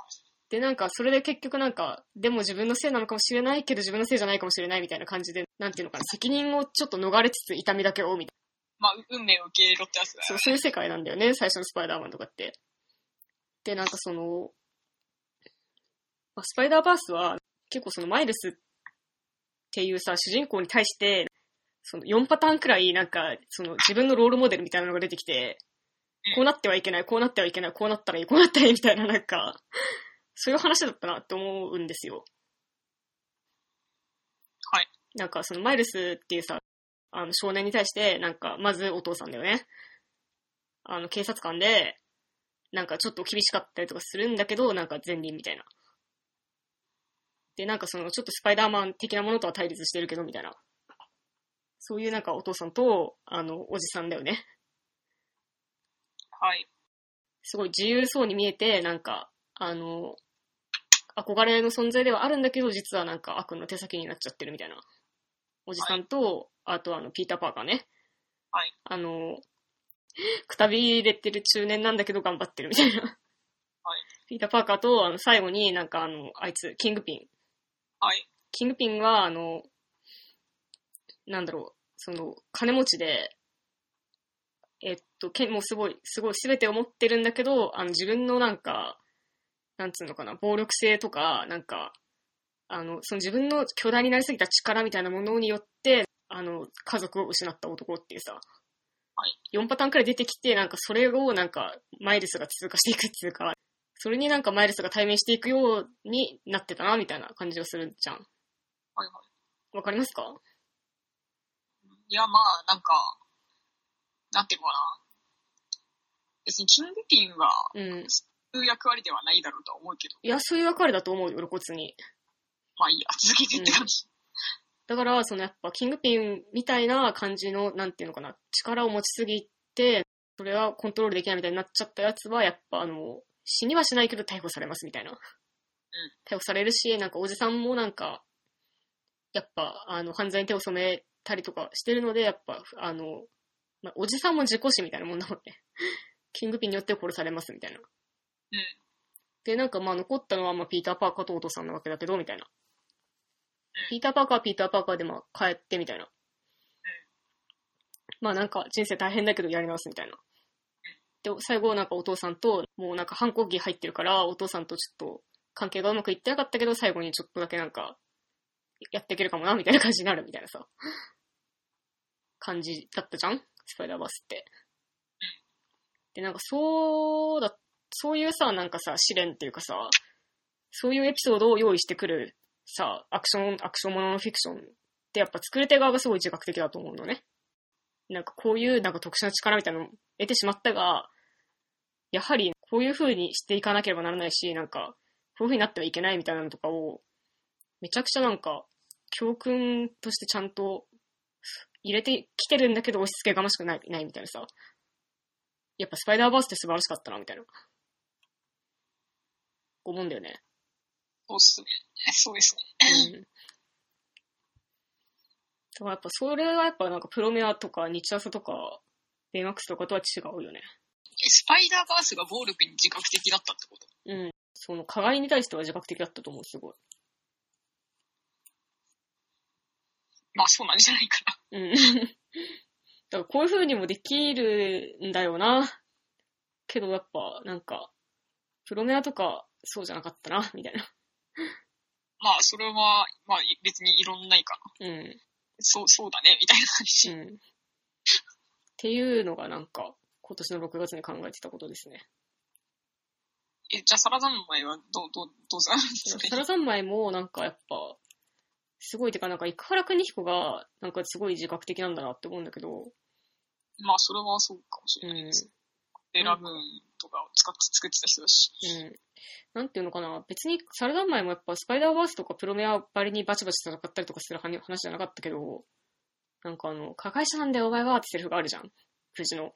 [SPEAKER 1] で、なんか、それで結局なんか、でも自分のせいなのかもしれないけど、自分のせいじゃないかもしれないみたいな感じで、なんていうのかな、責任をちょっと逃れつつ痛みだけを負うみたい
[SPEAKER 2] まあ、う運命を受け入れろってやつだ
[SPEAKER 1] な、そ
[SPEAKER 2] よ。
[SPEAKER 1] うそういう世界なんだよね、最初のスパイダーマンとかって。で、なんかその、まあ、スパイダーバースは、結構そのマイルスっていうさ、主人公に対して、その4パターンくらい、なんか、その自分のロールモデルみたいなのが出てきて、こうなってはいけない、こうなってはいけない、こうなったらいい、こうなったらいいみたいな、なんか、そういう話だったなって思うんですよ。
[SPEAKER 2] はい。
[SPEAKER 1] なんか、そのマイルスっていうさ、あの少年に対して、なんか、まずお父さんだよね。あの、警察官で、なんかちょっと厳しかったりとかするんだけど、なんか善人みたいな。で、なんかその、ちょっとスパイダーマン的なものとは対立してるけど、みたいな。そういうなんかお父さんと、あの、おじさんだよね。
[SPEAKER 2] はい。
[SPEAKER 1] すごい自由そうに見えて、なんか、あの、憧れの存在ではあるんだけど、実はなんか悪の手先になっちゃってるみたいな。おじさんと、あとあの、ピーター・パーカーね。
[SPEAKER 2] はい。。
[SPEAKER 1] あの、くたびれてる中年なんだけど頑張ってるみたいな。はいピーター・パーカーと、あの、最後になんかあの、あいつ、キングピン。
[SPEAKER 2] はい。
[SPEAKER 1] キングピンは、あの、なんだろう、その、金持ちで、えっと、けもうすごい、すごい、すべてを持ってるんだけど、あの、自分のなんか、なんつうのかな、暴力性とか、なんか、あの、その自分の巨大になりすぎた力みたいなものによって、あの、家族を失った男っていうさ、
[SPEAKER 2] はい
[SPEAKER 1] 4パターンくらい出てきて、なんかそれをなんか、マイルスが通過していくっていうか、それになんかマイルスが対面していくようになってたな、みたいな感じがするじゃん。
[SPEAKER 2] はいは
[SPEAKER 1] わかりますか
[SPEAKER 2] い。いや、まあ、なんか、なんていうのかな。別にキングピンは、
[SPEAKER 1] うん。
[SPEAKER 2] そういう役割ではないだろうとは思うけど、
[SPEAKER 1] いや、そういう役割だと思うよ、露骨に。
[SPEAKER 2] まあいいや、続けてって感じ。
[SPEAKER 1] だから、そのやっぱ、キングピンみたいな感じの、なんていうのかな、力を持ちすぎて、それはコントロールできないみたいになっちゃったやつは、やっぱ、あの、死にはしないけど逮捕されますみたいな。逮捕されるし、なんかおじさんもなんか、やっぱ、あの、犯罪に手を染めたりとかしてるので、やっぱ、あの、まあ、おじさんも自己死みたいなもんだもんね。 [laughs] キングピンによって殺されますみたいな。
[SPEAKER 2] うん
[SPEAKER 1] で、なんかまあ残ったのは、まあ、ピーター・パーカーとお父さんなわけだけど、みたいな。ピーター・パーカーはピーター・パーカーでまあ帰ってみたいな。まあなんか人生大変だけどやり直すみたいな。で、最後なんかお父さんと、もうなんか反抗期入ってるから、お父さんとちょっと関係がうまくいってなかったけど、最後にちょっとだけなんか、やっていけるかもな、みたいな感じになるみたいなさ、感じだったじゃんスパイダーバースって。で、なんかそうだ、そういうさ、なんかさ、試練っていうかさ、そういうエピソードを用意してくるさ、アクション、アクションもののフィクションってやっぱ作り手側がすごい自覚的だと思うのね。なんかこういうなんか特殊な力みたいなのを得てしまったが、やはりこういう風にしていかなければならないし、なんかこういう風になってはいけないみたいなのとかを、めちゃくちゃなんか教訓としてちゃんと入れてきてるんだけど押し付けがましくないないみたいなさ。やっぱスパイダーバースって素晴らしかったなみたいな。思うんだよね。
[SPEAKER 2] そうっすね。そうですね。
[SPEAKER 1] うんだからやっぱそれはやっぱなんかプロメアとか日朝とかベイマックスとかとは違うよね。
[SPEAKER 2] スパイダーバースが暴力に自覚的だったってこと
[SPEAKER 1] うん。その鏡に対しては自覚的だったと思う、すごい。
[SPEAKER 2] まあそうなんじゃないか
[SPEAKER 1] [laughs] う
[SPEAKER 2] な。
[SPEAKER 1] ん。だからこういう風にもできるんだよな。けどやっぱ、なんか、プロメアとかそうじゃなかったな、みたいな。
[SPEAKER 2] まあ、それは、まあ、い別にいろんないかな。
[SPEAKER 1] うん。
[SPEAKER 2] そう、そうだね、みたいな感じ。
[SPEAKER 1] うん。っていうのがなんか、今年の6月に考えてたことですね。
[SPEAKER 2] え、じゃあ、サラダの前は、どう、どう、どうぞ。それ
[SPEAKER 1] サラ三枚もなんかやっぱ、すごいてかなんか、生原邦彦がなんかすごい自覚的なんだなって思うんだけど、
[SPEAKER 2] まあ、それはそうかもし
[SPEAKER 1] う
[SPEAKER 2] れない
[SPEAKER 1] ん
[SPEAKER 2] で。す。で、ラブーンとかを使って作ってた人だし。
[SPEAKER 1] うん。なんていうのかな、別にサラダンマイもやっぱスパイダーバースとかプロメアばりにバチバチ戦ったりとかする話じゃなかったけど、なんかあの、加害者なんだよお前はってセリフがあるじゃん。藤の。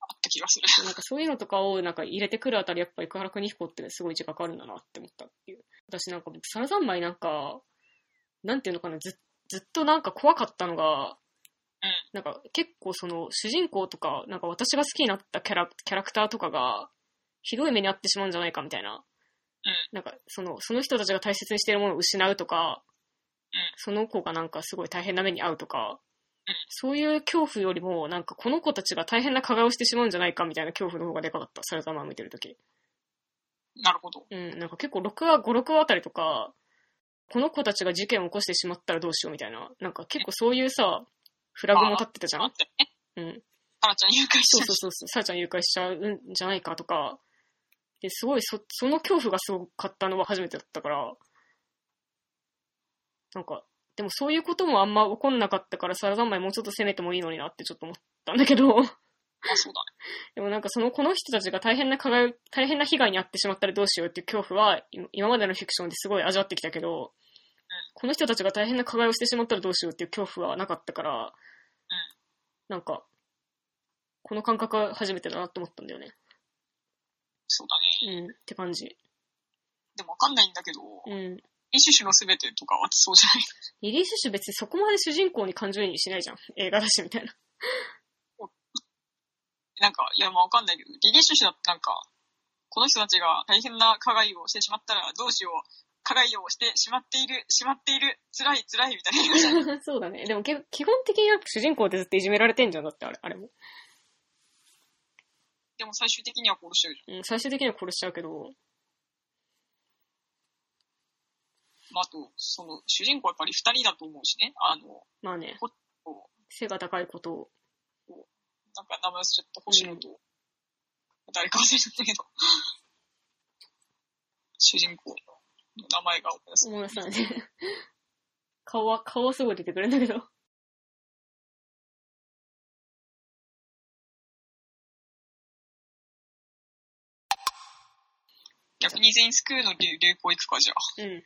[SPEAKER 2] あった気がする。 [laughs]
[SPEAKER 1] なんかそういうのとかをなんか入れてくるあたりやっぱ生原邦彦ってすごい自覚あるんだなって思ったっていう。私なんか僕サラダンマイなんか、なんていうのかな、ずずっとなんか怖かったのが、
[SPEAKER 2] うん
[SPEAKER 1] なんか結構その主人公とか、なんか私が好きになったキャラキャラクターとかが、ひどい目に遭ってしまうんじゃないかみたいな。
[SPEAKER 2] うん
[SPEAKER 1] なんかその、その人たちが大切にしているものを失うとか、
[SPEAKER 2] うん
[SPEAKER 1] その子がなんかすごい大変な目に遭うとか、
[SPEAKER 2] うん
[SPEAKER 1] そういう恐怖よりも、なんかこの子たちが大変な加害をしてしまうんじゃないかみたいな恐怖の方がでかかった、サラダマン見てるとき。
[SPEAKER 2] なるほど。
[SPEAKER 1] うん、なんか結構6話、5、6話あたりとか、この子たちが事件を起こしてしまったらどうしようみたいな、なんか結構そういうさ、フラグも立ってたじゃ
[SPEAKER 2] あ
[SPEAKER 1] ん
[SPEAKER 2] ったよね。
[SPEAKER 1] うん。
[SPEAKER 2] タラちゃん誘拐し
[SPEAKER 1] そう
[SPEAKER 2] た
[SPEAKER 1] そうそうそう、さあちゃん誘拐しちゃうんじゃないかとか、で、すごいそ、その恐怖がすごかったのは初めてだったから、なんか、でもそういうこともあんま起こんなかったから、サラダンマイもうちょっと攻めてもいいのになってちょっと思ったんだけど、
[SPEAKER 2] まあ、そうだね。
[SPEAKER 1] でもなんかその、この人たちが大変な加害、大変な被害に遭ってしまったらどうしようっていう恐怖は、今今までのフィクションですごい味わってきたけど、この人たちが大変な加害をしてしまったらどうしようっていう恐怖はなかったから、なんか、この感覚は初めてだなって思ったんだよね。
[SPEAKER 2] そうだね。
[SPEAKER 1] うん、って感じ。
[SPEAKER 2] でもわかんないんだけど、
[SPEAKER 1] うん。
[SPEAKER 2] イシュシュのすべてとかはそうじゃない。
[SPEAKER 1] リリー・シュシュ別にそこまで主人公に感情移入しないじゃん。映画だしみたいな。 [laughs]
[SPEAKER 2] なんか、いや、まあわかんないけど、リリー・シュシュだってなんか、この人たちが大変な加害をしてしまったらどうしよう、加害をしてしまっている、しまっている、辛い辛いみたいな。
[SPEAKER 1] そうだね。でもけ基本的にやっぱ主人公ってずっといじめられてんじゃん。だってあれ、あれも。
[SPEAKER 2] でも最終的には殺しちゃうじゃ
[SPEAKER 1] うん、最終的には殺しちゃうけど、
[SPEAKER 2] ん。まあ、あと、その、主人公はやっぱり二人だと思うしね。あの、
[SPEAKER 1] まあね、
[SPEAKER 2] こう
[SPEAKER 1] 背が高いことを
[SPEAKER 2] なんか名前忘れちゃった星野と、誰か忘れちゃったけど、 [laughs] 主人公の名前が思い出せない
[SPEAKER 1] 思い出さないね。顔は、顔はすごい出てくるんだけど。
[SPEAKER 2] 逆に全員救うの流流行いくか、じゃあ。
[SPEAKER 1] うん。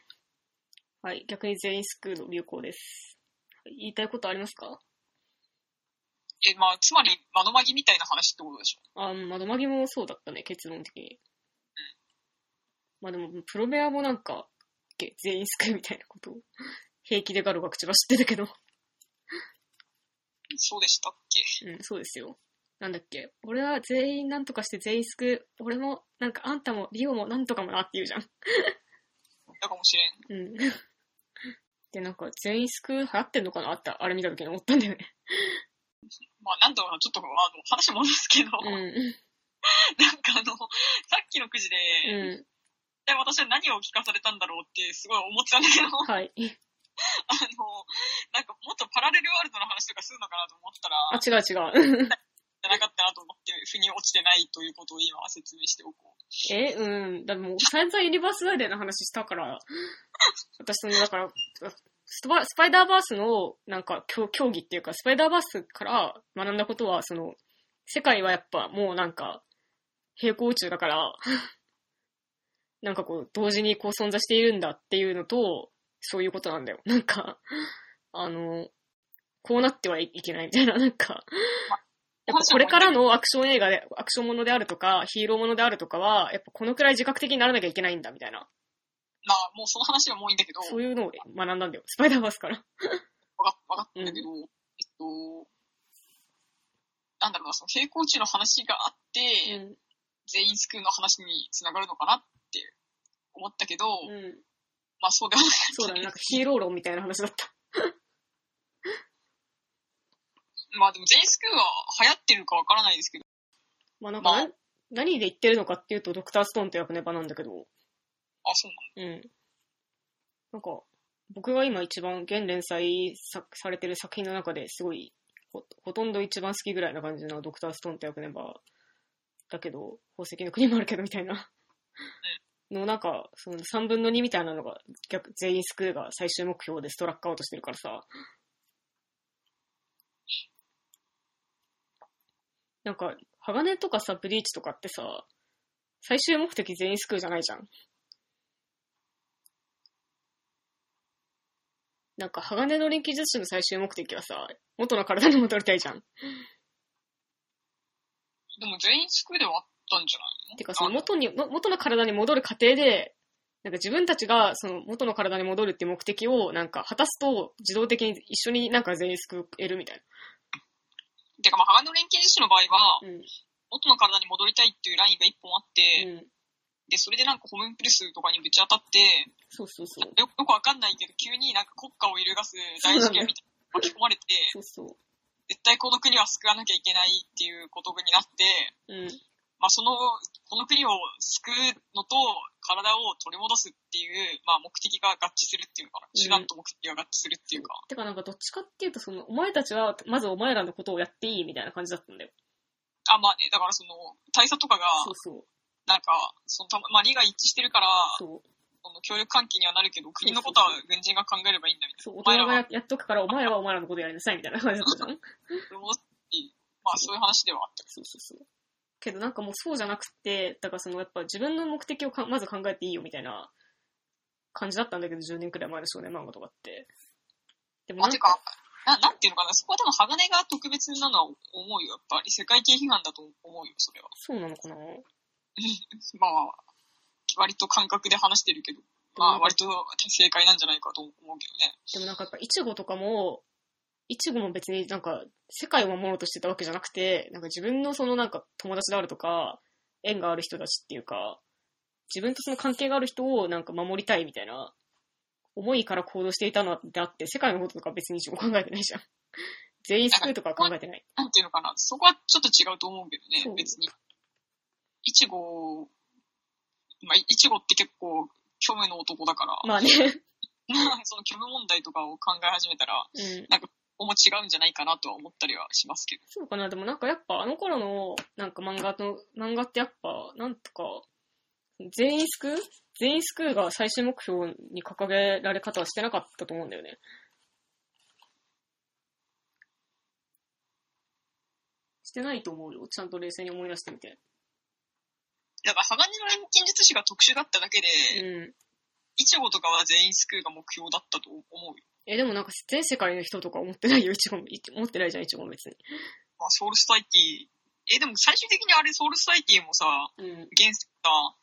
[SPEAKER 1] はい。逆に全員救うの流行です。はい言いたいことありますか
[SPEAKER 2] え、まあ、つまり、マノマギみたいな話ってことでしょ。
[SPEAKER 1] あ、うん窓まぎもそうだったね、結論的に。まあでも、プロメアもなんか、げ全員救うみたいなことを、平気でガロが口走ってたけど。
[SPEAKER 2] そうでしたっけ
[SPEAKER 1] うん、そうですよ。なんだっけ。俺は全員なんとかして全員救う。俺も、なんかあんたもリオもなんとかもなって言うじゃん。
[SPEAKER 2] だかもしれん。
[SPEAKER 1] うん。 [laughs] で、なんか、全員救う払ってんのかなって、あれ見た時に思ったんだよね。
[SPEAKER 2] まあ、なんだろうな、ちょっと、あの、話戻すけど、 [laughs] なんかあの、さっきのくじで、
[SPEAKER 1] うん。う
[SPEAKER 2] 一体私は何を聞かされたんだろうってすごい思ってたんだけど、
[SPEAKER 1] ん。はい。
[SPEAKER 2] あの、なんかもっとパラレルワールドの話とかするのかなと思ったら、
[SPEAKER 1] [laughs] あ、違う違う。
[SPEAKER 2] じゃなかったなと思って、腑に落ちてないということを今は説明しておこう。
[SPEAKER 1] え、うん。だってもう、散々ユニバースガイデンの話したから、私その、だから、スパスパイダーバースの、なんか、競競技っていうか、スパイダーバースから学んだことは、その、世界はやっぱ、もうなんか、平行宇宙だから、なんかこう、同時にこう存在しているんだっていうのと、そういうことなんだよ。 [laughs] なんか、あの、こうなってはいけないみたいな、なんか、やっぱこれからのアクション映画で、アクションものであるとか、ヒーローものであるとかは、やっぱこのくらい自覚的にならなきゃいけないんだ、みたいな。
[SPEAKER 2] まあ、もうその話はもういいんだけど、
[SPEAKER 1] そ
[SPEAKER 2] わ
[SPEAKER 1] ういうのを学んだんだよ。スパイダーバースから。
[SPEAKER 2] かわかったんだけど、えっと、なんだろうな、その平行宇宙の話があって、
[SPEAKER 1] うん。
[SPEAKER 2] 全員救うの話につながるのかなって思ったけど、
[SPEAKER 1] うん。
[SPEAKER 2] まあそうではない。
[SPEAKER 1] そうだね。なんかヒーロー論みたいな話だった。
[SPEAKER 2] まあでも全員スクールは流行ってるかわからないですけど、
[SPEAKER 1] まあなんかな、
[SPEAKER 2] まあ
[SPEAKER 1] 何で言ってるのかっていうと、ドクターストーンという役ネバなんだけど、
[SPEAKER 2] あ、そう
[SPEAKER 1] うん。なんか、僕が今一番現連載さされてる作品の中ですごいほ、ほとんど一番好きぐらいな感じのドクターストーンって役ネバだけど、宝石の国もあるけどみたいな。 [laughs] のなんか、その3分の2みたいなのが逆、全員スクールが最終目標でストラックアウトしてるからさ。なんか、鋼とかさ、ブリーチとかってさ、最終目的全員スクールじゃないじゃん。なんか、鋼の錬金術師の最終目的はさ、元の体に戻りたいじゃん。
[SPEAKER 2] なの。でも全員スクールではあったんじゃないの
[SPEAKER 1] てか、その
[SPEAKER 2] あ
[SPEAKER 1] 元に、も元の体に戻る過程で、なんか自分たちがその元の体に戻るっていう目的をなんか果たすと自動的に一緒になんか全員救えるみたい
[SPEAKER 2] てかまあ、鋼の錬金術師の場合は、
[SPEAKER 1] な。うん。
[SPEAKER 2] 元の体に戻りたいっていうラインが一本あって、
[SPEAKER 1] うん。
[SPEAKER 2] で、それでなんかホームプレスとかにぶち当たって、
[SPEAKER 1] そうそうそう。
[SPEAKER 2] よよくわかんないけど、急になんか国家を揺るがす大事件みたいなのに巻き込まれて、
[SPEAKER 1] そうそ
[SPEAKER 2] 絶対この国は救わなきゃいけないっていうことにな
[SPEAKER 1] う。うん。
[SPEAKER 2] って、まあその、この国を救うのと体を取り戻すっていう、まあ目的が合致するっていうのかな。
[SPEAKER 1] うん
[SPEAKER 2] 手段と目的が合致するっていうか。
[SPEAKER 1] てかなんかどっちかっていうとその、お前たちはまずお前らのことをやっていいみたいな感じだったんだよ。
[SPEAKER 2] あ、まあね、だからその、大佐とかが、
[SPEAKER 1] そうそう。
[SPEAKER 2] なんか、そのたま、まあ利が一致してるから、
[SPEAKER 1] そう。
[SPEAKER 2] その協力関係にはなるけど、国のことは軍人が考えればいいんだみたい
[SPEAKER 1] そう
[SPEAKER 2] な。お
[SPEAKER 1] 大
[SPEAKER 2] 前
[SPEAKER 1] 人
[SPEAKER 2] ら
[SPEAKER 1] が
[SPEAKER 2] は
[SPEAKER 1] ややっとくからお前らはお前らのことやりなさいみたいな感じだったじゃん。
[SPEAKER 2] 取り戻すっていう、まあそういう話ではあった。
[SPEAKER 1] そうそうそう。けどなんかもうそうじゃなくて、だからそのやっぱ自分の目的をかまず考えていいよみたいな感じだったんだけど、10年くらい前の少年漫画とかって。でもな
[SPEAKER 2] まあ、
[SPEAKER 1] ん
[SPEAKER 2] てか、ななんていうのかな、そこは多分、鋼が特別なのは思うよ、やっぱり。世界系批判だと思うよ、それは。
[SPEAKER 1] そうなのかな
[SPEAKER 2] まあ、割と感覚で話してるけど、まあ、割と正解なんじゃないかと思うけどね。
[SPEAKER 1] でもなんかやっぱイチゴとかも、イチゴも別になんか世界を守ろうとしてたわけじゃなくて、なんか自分のそのなんか友達であるとか、縁がある人たちっていうか、自分とその関係がある人をなんか守りたいみたいな思いから行動していたのであって、世界のこととか別にイチゴ考えてないじゃん。 [laughs] 全員救うとかは考えてない。
[SPEAKER 2] なんていうのかな、そこはちょっと違うと思うけ
[SPEAKER 1] そ
[SPEAKER 2] ど
[SPEAKER 1] う
[SPEAKER 2] ね、別に。いちご、まあ、いちごって結構、虚無の男だから、
[SPEAKER 1] まあね。
[SPEAKER 2] [laughs] その虚無問題とかを考え始めたら、
[SPEAKER 1] うん。
[SPEAKER 2] おも違うんじゃないかなとは思ったりはしますけど。
[SPEAKER 1] そうかな。でもなんかやっぱあの頃のなんか漫画の、漫画ってやっぱなんとか、全員救う全員救うが最終目標に掲げられ方はしてなかったと思うんだよね。してないと思うよ。ちゃんと冷静に思い出してみて。
[SPEAKER 2] だから、鋼の錬金術師が特殊だっただけで、
[SPEAKER 1] うん。
[SPEAKER 2] いちごとかは全員救うが目標だったと思うよ。
[SPEAKER 1] え、でもなんか全世界の人とか思ってないよ、いちごも。い思ってないじゃん、いちごも別に。
[SPEAKER 2] まあ、ソウルスタイティ、え、でも最終的にあれソウルスタイティもさ、
[SPEAKER 1] うん。
[SPEAKER 2] 現世が、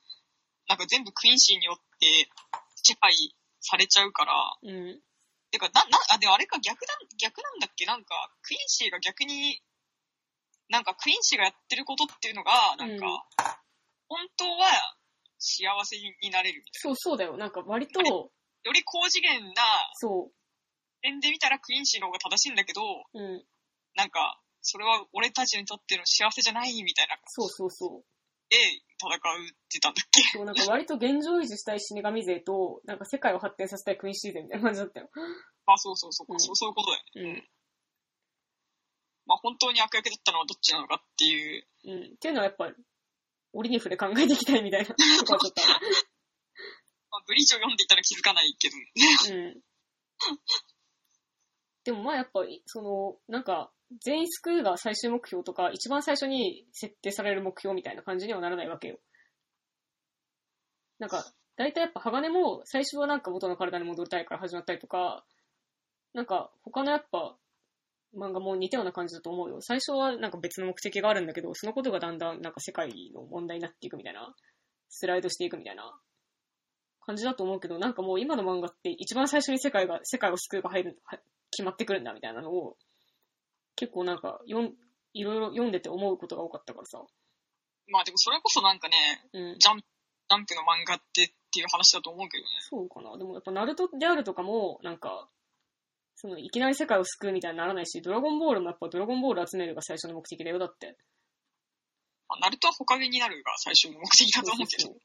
[SPEAKER 2] なんか全部クインシーによって支配されちゃうから、
[SPEAKER 1] うん。
[SPEAKER 2] てか、な、な、あ、でもあれか逆だ、逆なんだっけなんか、クインシーが逆に、なんかクインシーがやってることっていうのが、なんか、
[SPEAKER 1] うん
[SPEAKER 2] 本当は幸せになれるみたい
[SPEAKER 1] そう、そうだよ。なんか割と、
[SPEAKER 2] な。より高次元な
[SPEAKER 1] そ
[SPEAKER 2] 点で見たらクインシーの方が正しいんだけど、
[SPEAKER 1] う。うん。
[SPEAKER 2] なんか、それは俺たちにとっての幸せじゃないみたいな
[SPEAKER 1] そうそうそう。
[SPEAKER 2] で戦うって言ったんだっけ
[SPEAKER 1] そう、なんか割と現状維持したい死神勢と、なんか世界を発展させたいクイーンシー勢みたいな感じだったよ。
[SPEAKER 2] [laughs] あ、そうそうそう、
[SPEAKER 1] うん
[SPEAKER 2] そうそういうことだよね。
[SPEAKER 1] うん。
[SPEAKER 2] まあ本当に悪役だったのはどっちなのかっていう。
[SPEAKER 1] うん。っていうのはやっぱ、折に触れ考えていきたいみたいなとこはちょっとあ
[SPEAKER 2] まあブリーチを読んでいたら気づかないけどね。 [laughs]
[SPEAKER 1] るうん。でもまあやっぱ、その、なんか、全員救うが最終目標とか、一番最初に設定される目標みたいな感じにはならないわけよ。なんか、大体やっぱ鋼も最初はなんか元の体に戻りたいから始まったりとか、なんか他のやっぱ漫画も似たような感じだと思うよ。最初はなんか別の目的があるんだけど、そのことがだんだんなんか世界の問題になっていくみたいな、スライドしていくみたいな感じだと思うけど、なんかもう今の漫画って一番最初に世界が、世界を救うが入る、は決まってくるんだみたいなのを、結構なんか読ん、いろいろ読んでて思うことが多かったからさ。
[SPEAKER 2] まあでもそれこそなんかね、
[SPEAKER 1] うん。
[SPEAKER 2] ジャンプ、ジャンプの漫画ってっていう話だと思うけどね。
[SPEAKER 1] そうかな。でもやっぱナルトであるとかも、なんか、その、いきなり世界を救うみたいにならないし、ドラゴンボールもやっぱドラゴンボール集めるが最初の目的だよ、だって。
[SPEAKER 2] まあ、ナルトは他になるが最初の目的だと思うけ
[SPEAKER 1] そうそ
[SPEAKER 2] ど
[SPEAKER 1] う。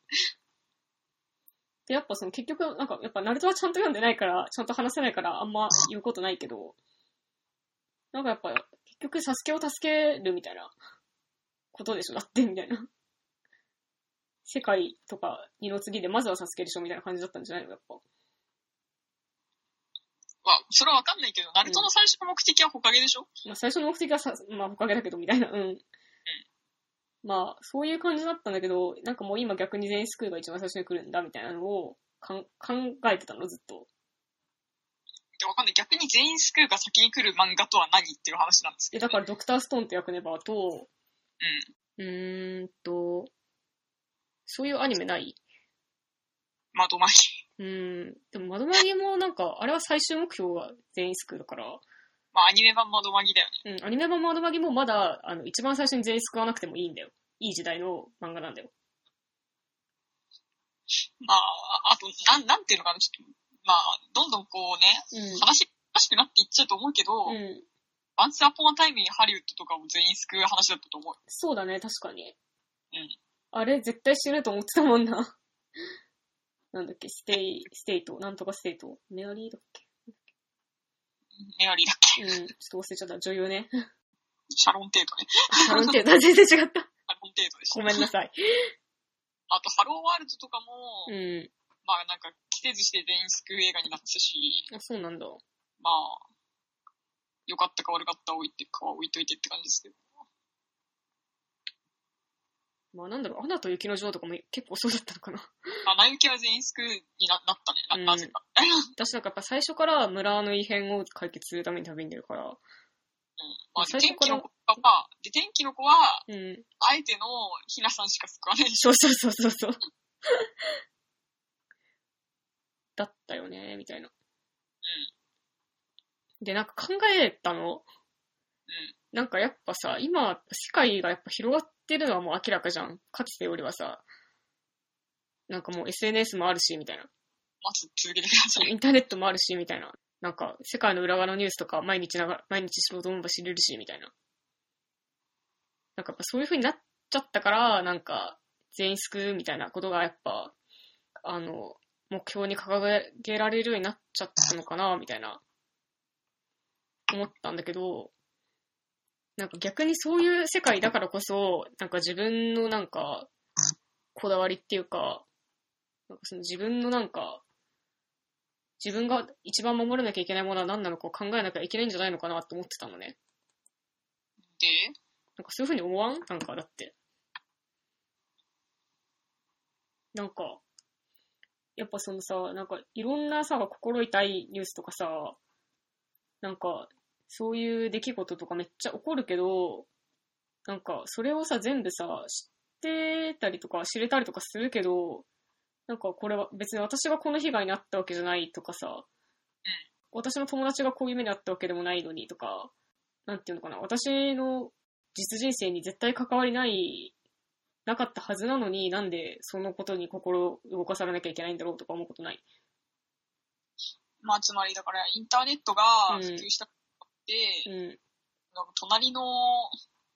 [SPEAKER 1] で、やっぱその結局、なんか、やっぱナルトはちゃんと読んでないから、ちゃんと話せないから、あんま言うことないけど、なんかやっぱ、結局、サスケを助けるみたいな、ことでしょ、だって、みたいな。世界とか二の次で、まずはサスケでしょ、みたいな感じだったんじゃないの、やっぱ。
[SPEAKER 2] まあ、それはわかんないけど、ナルトの最初の目的はホカゲでしょ、
[SPEAKER 1] まあ、最初の目的はさ、まあ、おかげだけど、みたいな、うん。まあ、そういう感じだったんだけど、なんかもう今逆に全員救うが一番最初に来るんだ、みたいなのを、かん考えてたの、ずっと。
[SPEAKER 2] でわかんない。逆に全員救うが先に来る漫画とは何っていう話なんです
[SPEAKER 1] え、
[SPEAKER 2] けど、
[SPEAKER 1] だから、ドクターストーンって役ネバーと、うーんと、そういうアニメない
[SPEAKER 2] まとまり。
[SPEAKER 1] うーん、でも、窓マギもなんか、あれは最終目標が全員救うだから、
[SPEAKER 2] まあ、アニメ版窓マギだよね。
[SPEAKER 1] うん、アニメ版窓マギもまだ、あの、一番最初に全員救わなくてもいいんだよ。いい時代の漫画なんだよ。
[SPEAKER 2] まあ、あと、なん、なんていうのかな、ちょっと、まあ、どんどんこうね、
[SPEAKER 1] う
[SPEAKER 2] 話らしくなっていっちゃうと思うけど、
[SPEAKER 1] ん。うん。
[SPEAKER 2] ワンスアポンタイムにハリウッドとかを全員救う話だったと思う。
[SPEAKER 1] そうだね、確かに。
[SPEAKER 2] うん
[SPEAKER 1] あれ、絶対死ぬと思ってたもんな。 [laughs] なんだっけ、ステイ、ステイト、なんとかステイト。メアリーだっけ
[SPEAKER 2] メアリーだっけ
[SPEAKER 1] うん、ちょっと忘れちゃった。女優ね。
[SPEAKER 2] シャロンテートね。
[SPEAKER 1] あ、うん、全然違った。
[SPEAKER 2] シャロンテートでし
[SPEAKER 1] [laughs]
[SPEAKER 2] た。
[SPEAKER 1] ごめんなさい。
[SPEAKER 2] あと、ハローワールドとかも、
[SPEAKER 1] うん。
[SPEAKER 2] まあなんか、着せずして全員救う映画になってたし、
[SPEAKER 1] あ、そうなんだ。
[SPEAKER 2] まあ、良かったか悪かったは置いてかは置いといてって感じですけど。
[SPEAKER 1] まあなんだろう、アナと雪の女王とかも結構そうだったのかな。 [laughs]
[SPEAKER 2] まあ、ナユキは全員救うにななったね。な、なぜか。
[SPEAKER 1] 私なんかやっぱ最初から村の異変を解決するために旅に出るから。
[SPEAKER 2] まあ、
[SPEAKER 1] 最
[SPEAKER 2] 天
[SPEAKER 1] 初か
[SPEAKER 2] 気
[SPEAKER 1] ら
[SPEAKER 2] の子は、で、天気の子は、
[SPEAKER 1] うん。
[SPEAKER 2] あえてのひなさんしか救わないでし
[SPEAKER 1] そうそうそうそう [laughs] そう。だったよね、みたいな。で、なんか考えたの
[SPEAKER 2] ん
[SPEAKER 1] なんかやっぱさ、今、世界がやっぱ広がってるのはもう明らかじゃん。かつてよりはさ、なんかもう SNS もあるし、みたいな。
[SPEAKER 2] ょ。待つ続けてください。
[SPEAKER 1] インターネットもあるし、みたいな。なんか、世界の裏側のニュースとか、毎日なが、毎日しようと思えば知れるし、みたいな。なんかやっぱそういう風になっちゃったから、なんか、全員救うみたいなことがやっぱ、あの、目標に掲げられるようになっちゃったのかな、みたいな、思ったんだけど、なんか逆にそういう世界だからこそ、なんか自分のなんか、こだわりっていうか、なんかその自分のなんか、自分が一番守らなきゃいけないものは何なのかを考えなきゃいけないんじゃないのかなって思ってたのね。
[SPEAKER 2] で、
[SPEAKER 1] なんかそういうふうに思わんなんかだって。なんか、やっぱそのさ、なんかいろんなさ、心痛いニュースとかさ、なんかそういう出来事とかめっちゃ起こるけど、なんかそれをさ、全部さ、知ってたりとか知れたりとかするけど、なんかこれは別に私がこの被害に遭ったわけじゃないとかさ、私の友達がこういう目に遭ったわけでもないのにとか、なんていうのかな、私の実人生に絶対関わりない、なかったはずなのに、なんでそのことに心を動かされなきゃいけないんだろうとか思うことない。
[SPEAKER 2] まあ、つまりだから、インターネットが普及したことで、
[SPEAKER 1] うん、
[SPEAKER 2] なんか隣の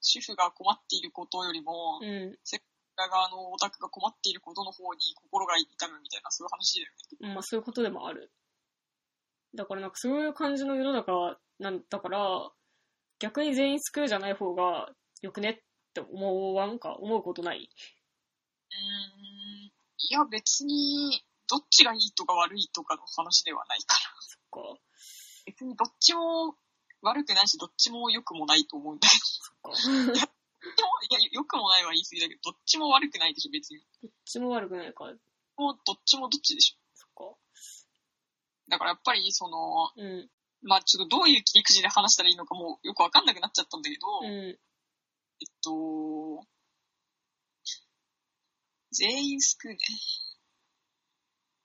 [SPEAKER 2] 主婦が困っていることよりも、
[SPEAKER 1] う
[SPEAKER 2] 裏側のオタクが困っていることの方に心が痛むみたいな、そういう話だよね。
[SPEAKER 1] ん。まあそういうことでもある。だからなんかそういう感じの世の中なんだから、逆に全員救うじゃない方がよくねって思わんか、思うことない。
[SPEAKER 2] うーん、いや、別に、どっちがいいとか悪いとかの話ではないから。
[SPEAKER 1] か。
[SPEAKER 2] 別にどっちも悪くないし、どっちも良くもないと思うんだけ
[SPEAKER 1] そっか。
[SPEAKER 2] ど、どっち [laughs] もいや、良くもないは言い過ぎだけど、どっちも悪くないでしょ、別に。
[SPEAKER 1] どっちも悪くないか。
[SPEAKER 2] もう、どっちもどっちでしょ。
[SPEAKER 1] そっか。
[SPEAKER 2] だからやっぱり、その、
[SPEAKER 1] うん、
[SPEAKER 2] まあちょっとどういう切り口で話したらいいのかもうよくわかんなくなっちゃったんだけど、
[SPEAKER 1] う
[SPEAKER 2] えっと、全員救うね。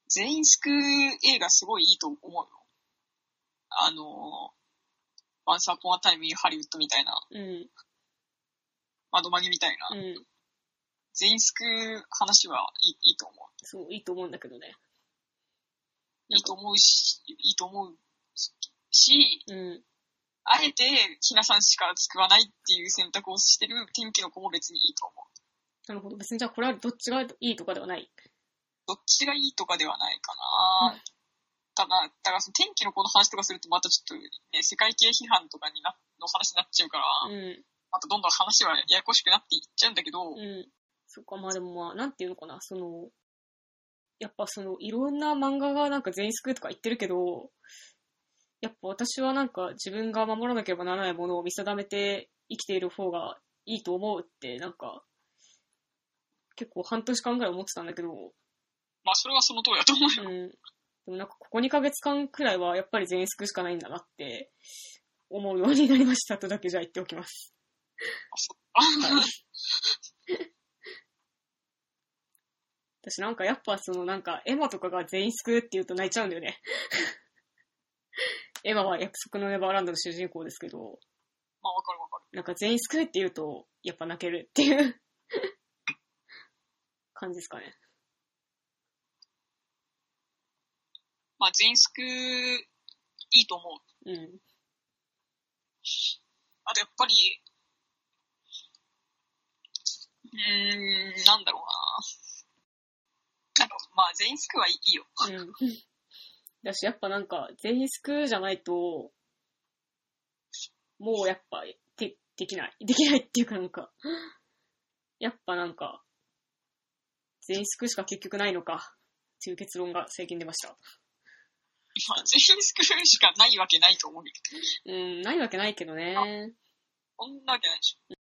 [SPEAKER 2] 全員救う映画すごいいいと思うよ。あの、ワンサポンアタイムハリウッドみたいな、
[SPEAKER 1] ん、うん、
[SPEAKER 2] 窓マギみたいな、
[SPEAKER 1] うん。
[SPEAKER 2] 全員救う話はいいいいと思う。
[SPEAKER 1] そう、いいと思うんだけどね。
[SPEAKER 2] いいと思うし、いいと思うし、
[SPEAKER 1] うん。
[SPEAKER 2] あえてひなさんしか救わないっていう選択をしてる天気の子も別にいいと思う。
[SPEAKER 1] なるほど。別にじゃあこれはどっちがいいとかではない。
[SPEAKER 2] どっちがいいとかではないか
[SPEAKER 1] う
[SPEAKER 2] な。ただ、だからその天気の子の話とかするとまたちょっと、ね、世界系批判とかになの話になっちゃうから、
[SPEAKER 1] うん。
[SPEAKER 2] またどんどん話はややこしくなっていっちゃうんだけど、
[SPEAKER 1] うん。そっか、まあでもまあ、なんていうのかな、その、やっぱその、いろんな漫画がなんか全員救うとか言ってるけど、やっぱ私はなんか自分が守らなければならないものを見定めて生きている方がいいと思うって、なんか、結構半年間ぐらい思ってたんだけど、
[SPEAKER 2] まあそれはその通りだと思うよ。
[SPEAKER 1] うん。でもなんかここ2ヶ月間くらいはやっぱり全員救うしかないんだなって思うようになりましたとだけじゃ言っておきます。
[SPEAKER 2] あそっ [laughs] か。
[SPEAKER 1] 私なんかやっぱそのなんかエマとかが全員救うって言うと泣いちゃうんだよね。 [laughs] エマは約束のネバーランドの主人公ですけど、
[SPEAKER 2] まあわかるわかる。
[SPEAKER 1] なんか全員救うって言うとやっぱ泣けるっていう [laughs] 感じですかね。
[SPEAKER 2] まあ全員救う、いいと思う。
[SPEAKER 1] うん。
[SPEAKER 2] あとやっぱり、うーん、なんだろうな。なんか、まあ、全員救うはいいよ。
[SPEAKER 1] うん。だし、やっぱなんか、全員救うじゃないと、もうやっぱ、で、できない。できないっていうかなんか、やっぱなんか、全員救うしか結局ないのか、っていう結論が最近出ました。
[SPEAKER 2] まあ、全員救うしかないわけないと思うけど。
[SPEAKER 1] うん、ないわけないけどね。
[SPEAKER 2] そんなわけないでしょ。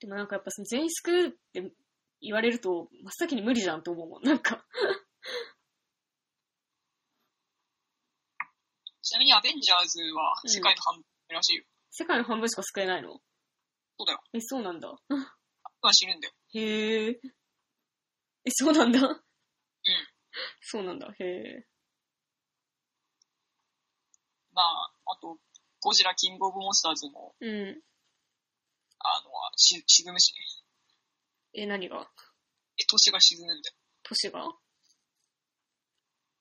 [SPEAKER 1] でもなんかやっぱその全員救うって言われると、真っ先に無理じゃんと思うもん。なんか、
[SPEAKER 2] ちなみにアベンジャーズは
[SPEAKER 1] うん
[SPEAKER 2] 世界の半分らしいよ。
[SPEAKER 1] 世界の半分しか救えないの
[SPEAKER 2] そうだよ。
[SPEAKER 1] え、そうなんだ。
[SPEAKER 2] まあ、死ぬんだよ。
[SPEAKER 1] へえ。え、そうなんだ。うん。そうなんだ。へえ。
[SPEAKER 2] まあ、あと、ゴジラ、キングオブモンスターズも、
[SPEAKER 1] うん。
[SPEAKER 2] あの、し沈むしね。
[SPEAKER 1] え、何が
[SPEAKER 2] え、都市が沈むんだよ。
[SPEAKER 1] 都市が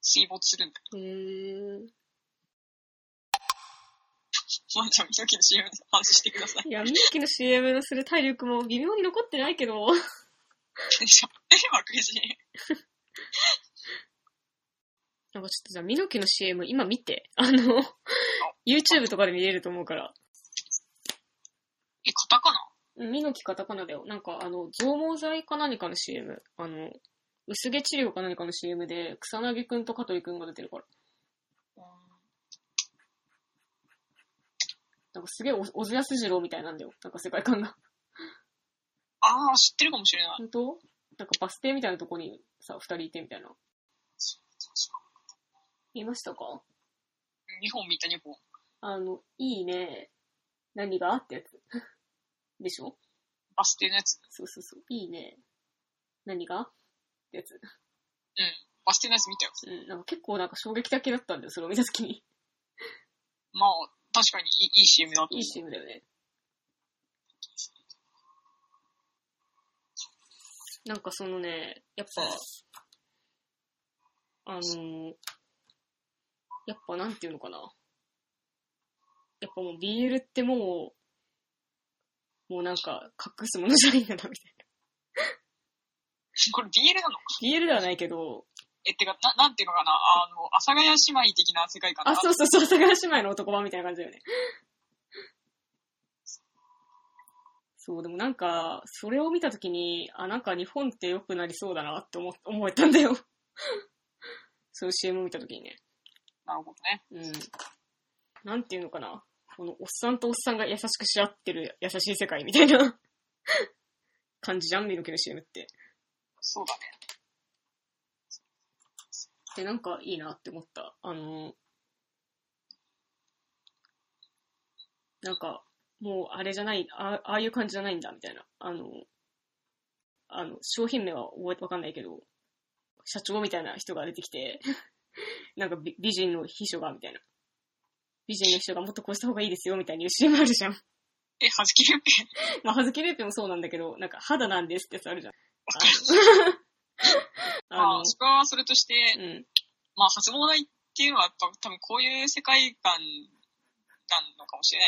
[SPEAKER 2] 水没するんだよ。
[SPEAKER 1] へえ。
[SPEAKER 2] まあ、じゃあ、ミノキの CM の話してく
[SPEAKER 1] [laughs]
[SPEAKER 2] ださい。
[SPEAKER 1] いや、ミッキーの CM のする体力も微妙に残ってないけど。 [laughs]
[SPEAKER 2] でしょ。え、マクジ。
[SPEAKER 1] なんかちょっとじゃあ、ミノキの CM 今見て。あ [laughs] の、YouTube とかで見れると思うから。
[SPEAKER 2] え、カタカナ
[SPEAKER 1] うんミノキカタカナだよ。なんかあの、増毛剤か何かの CM。あの、薄毛治療か何かの CM で、草薙くんと香取くんが出てるから。
[SPEAKER 2] うん。
[SPEAKER 1] なんかすげえお、小津安二郎みたいなんだよ。なんか世界観が。
[SPEAKER 2] ああ、知ってるかもしれない。
[SPEAKER 1] 本当なんかバス停みたいなとこにさ、二人いてみたいな。見ましたか
[SPEAKER 2] 2本見た2本。
[SPEAKER 1] あの、いいね。何がってやつ。 [laughs] でしょ
[SPEAKER 2] バス停のやつ。
[SPEAKER 1] そうそうそう。いいね。何がってやつ。
[SPEAKER 2] バス停のやつ見たよ。
[SPEAKER 1] うん、なんか結構なんか衝撃的だったんだよ、それを見たときに。
[SPEAKER 2] まあ、確かにいいいい CM だと思う。
[SPEAKER 1] いい CM だよね。なんかそのね、やっぱ、あのーやっぱなんていうのかな。やっぱもう BL ってもう、もうなんか隠すものじゃないんだな、み
[SPEAKER 2] これ BL なの
[SPEAKER 1] たいな。BL ではないけど、
[SPEAKER 2] え、てか、な、なんていうのかなあの、阿佐ヶ谷姉妹的な世界かな
[SPEAKER 1] あ、そうそうそう、阿佐ヶ谷姉妹の男版みたいな感じだよね。そう、でもなんか、それを見たときに、あ、なんか日本って良くなりそうだなって思、思えたんだよ。 [laughs] そういう CM を見たときにね。
[SPEAKER 2] なるほどね。
[SPEAKER 1] うん。なんていうのかな。このおっさんとおっさんが優しくし合ってる優しい世界みたいな [laughs] 感じじゃん、ミノキの CM って。
[SPEAKER 2] そうだね。
[SPEAKER 1] で、なんかいいなって思った。あの、なんか、もうあれじゃない、あああいう感じじゃないんだ、みたいな。あの、あの、商品名は覚えてわかんないけど、社長みたいな人が出てきて、 [laughs] なんか美美人の秘書が、みたいな。美人の秘書がもっとこうした方がいいですよ、みたいに言う CM あるじゃん。 [laughs]
[SPEAKER 2] え、はずきるペン。
[SPEAKER 1] まあ、はずきレーペもそうなんだけど、なんか肌なんですってやつあるじゃん。あ
[SPEAKER 2] ま
[SPEAKER 1] の
[SPEAKER 2] あ、、そこはそれとして、
[SPEAKER 1] うん。
[SPEAKER 2] まあ、発望台っていうのは、やっぱ多分こういう世界観のかもしれな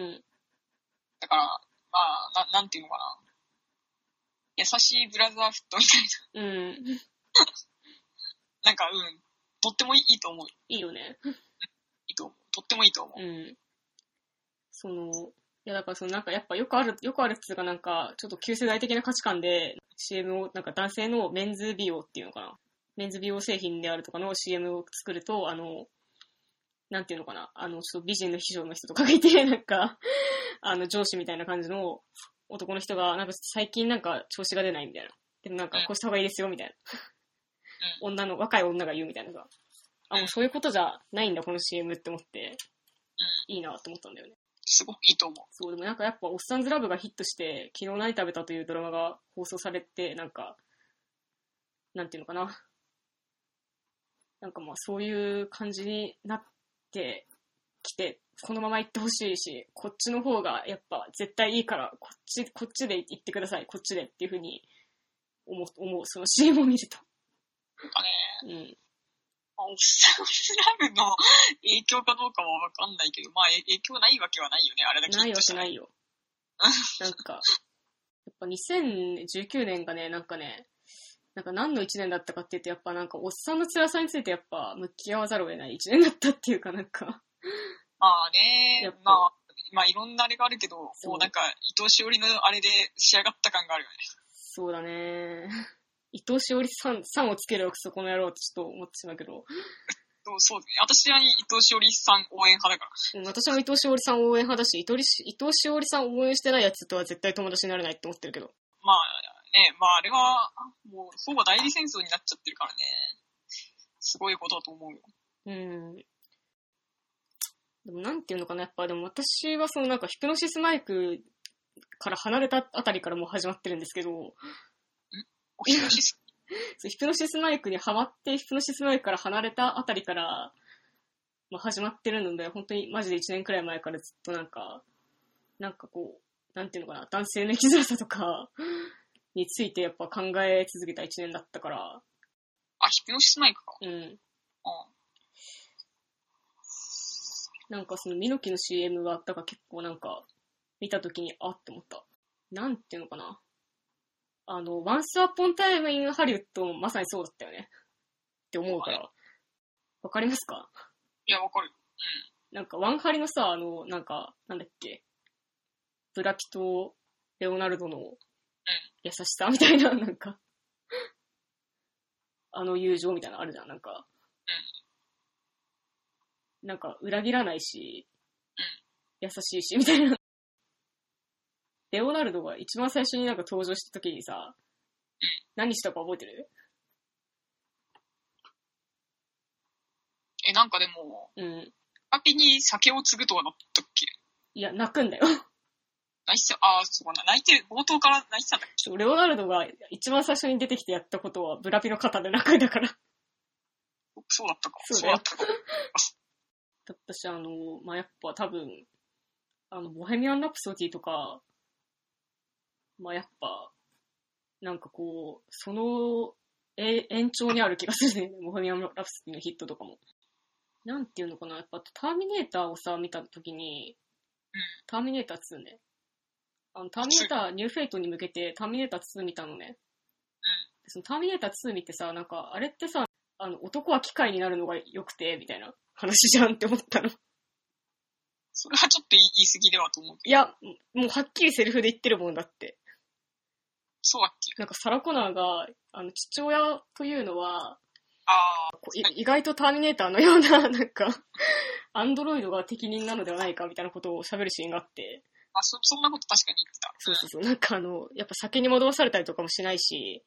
[SPEAKER 2] いよね。
[SPEAKER 1] うん。
[SPEAKER 2] だから、まあ、ななんていうのかな。優しいブラザーフットみたい
[SPEAKER 1] うん。
[SPEAKER 2] な。なん [laughs] か、うん。とってもいいいいと思う。い
[SPEAKER 1] いいよね。
[SPEAKER 2] いと思う。とってもいいと思う。
[SPEAKER 1] うん。その、いやだからそのなんかやっぱよくある、よくあるっていうかなんか、ちょっと旧世代的な価値観で CM を、なんか男性のメンズ美容っていうのかな。メンズ美容製品であるとかの CM を作ると、あの、なんていうのかな。あの、ちょっと美人の秘書の人とかがいて、 [laughs] なんか、あの、上司みたいな感じの男の人が、なんか最近なんか調子が出ないみたいな。でもなんかこうした方がいいですよ、みたいな。女の、若い女が言うみたいなさ。あ、もうそういうことじゃないんだ、この CM って思って。いいなと思ったんだよね。
[SPEAKER 2] すごくいいと思う。
[SPEAKER 1] そう、でもなんかやっぱ、おっさんずラブがヒットして、昨日何食べたというドラマが放送されて、なんか、なんていうのかな。なんかまあ、そういう感じになってきて、このまま行ってほしいし、こっちの方がやっぱ絶対いいから、こっち、こっちで行ってください、こっちでっていうふうに思う、思う、その CM を見ると。
[SPEAKER 2] なんかね、
[SPEAKER 1] うん。
[SPEAKER 2] まあ、オフサンラブの影響かどうかはわかんないけど、まあ、え影響ないわけはないよね。あれだけ。
[SPEAKER 1] ないわけないいよ。なんか、やっぱ2019年がね、なんかね、なんか何の1年だったかって言うと、やっぱなんかおっさんの辛さについてやっぱ向き合わざるを得ない1年だったっていうかなんか、
[SPEAKER 2] まあね
[SPEAKER 1] やっ、ぱ
[SPEAKER 2] まあ、まあいろんなあれがあるけど、も
[SPEAKER 1] そう
[SPEAKER 2] うなんか、伊藤しおりのあれで仕上がった感があるよね。
[SPEAKER 1] そうだね。伊藤しおりさん、さんをつけるよ、そこの野郎ってちょっと思ってしまうけど、
[SPEAKER 2] そうそうですね。私は伊藤しおりさん応援派だから。
[SPEAKER 1] うん私は伊藤しおりさん応援派だし、伊藤し伊藤しおりさん応援してないやつとは絶対友達になれないって思ってるけど。
[SPEAKER 2] まあね、まああれは、もうほぼ代理戦争になっちゃってるからね。すごいことだと思うよ。
[SPEAKER 1] うん。でもなんていうのかな、やっぱでも私はそのなんかヒプノシスマイクから離れたあたりからもう始まってるんですけど、
[SPEAKER 2] お昼のシ
[SPEAKER 1] [laughs]
[SPEAKER 2] ス
[SPEAKER 1] そうヒプノシスマイクにハマってヒプノシスマイクから離れたあたりから、まあ、始まってるので、本当にマジで1年くらい前からずっとなんか、なんかこう、なんていうのかな、男性の生きづらさとかについてやっぱ考え続けた1年だったから、
[SPEAKER 2] あ、ヒプノシスマイクか。
[SPEAKER 1] うん。
[SPEAKER 2] うん。
[SPEAKER 1] なんかそのミノキの CM は、だから結構なんか、見たときに、あって思った。なんていうのかな。あの、Once Upon a Time in Hollywood もまさにそうだったよね。って思うから。わかりますか
[SPEAKER 2] いや、わかる。
[SPEAKER 1] なんかワンハリのさ、あの、なんか、なんだっけ。ブラピとレオナルドの優しさみたいな、なんか。あの友情みたいなのあるじゃん、なんか。なんか裏切らないし、優しいし、みたいな。レオナルドが一番最初になんか登場した時にさ、何したか覚えてる
[SPEAKER 2] え、なんかでも、
[SPEAKER 1] うん。
[SPEAKER 2] カピに酒を継ぐとはだったっけ
[SPEAKER 1] いや、泣くんだよ。 [laughs]
[SPEAKER 2] 泣いてた、あー、そうかな。泣いてる、冒頭から泣いてたんだっけ
[SPEAKER 1] そうレオナルドが一番最初に出てきてやったことはブラピの肩で泣くんだから。
[SPEAKER 2] そうだったか。
[SPEAKER 1] そう
[SPEAKER 2] そう
[SPEAKER 1] だよ
[SPEAKER 2] だったか。
[SPEAKER 1] だったし、あの、まあ、やっぱ多分、あの、ボヘミアン・ラプソディとか、まあ、やっぱ、なんかこう、その、え、延長にある気がするね。 [laughs] ボヘミアン・ラプソディのヒットとかも。なんていうのかな、やっぱ、ターミネーターをさ、見たときに、
[SPEAKER 2] うん
[SPEAKER 1] ターミネーター2ね。あの、ターミネーター、ニューフェイトに向けて、ターミネーター2見たのね。そのターミネーター2見てさ、なんか、あれってさ、あの、男は機械になるのが良くて、みたいな話じゃんって思ったの。
[SPEAKER 2] それはちょっと言い言い過ぎではと思うけど。
[SPEAKER 1] いや、もうはっきりセリフで言ってるもんだって。
[SPEAKER 2] そうだっけ
[SPEAKER 1] なんかサラコナーが、あの、父親というのは、
[SPEAKER 2] あ
[SPEAKER 1] こうい意外とターミネーターのような、 [laughs] なんか、アンドロイドが適任なのではないかみたいなことを喋るシーンがあって、
[SPEAKER 2] ーあそ、そんなこと確かに言ってた。
[SPEAKER 1] そうそうそう、なんかあの、やっぱ酒に惑わされたりとかもしないし、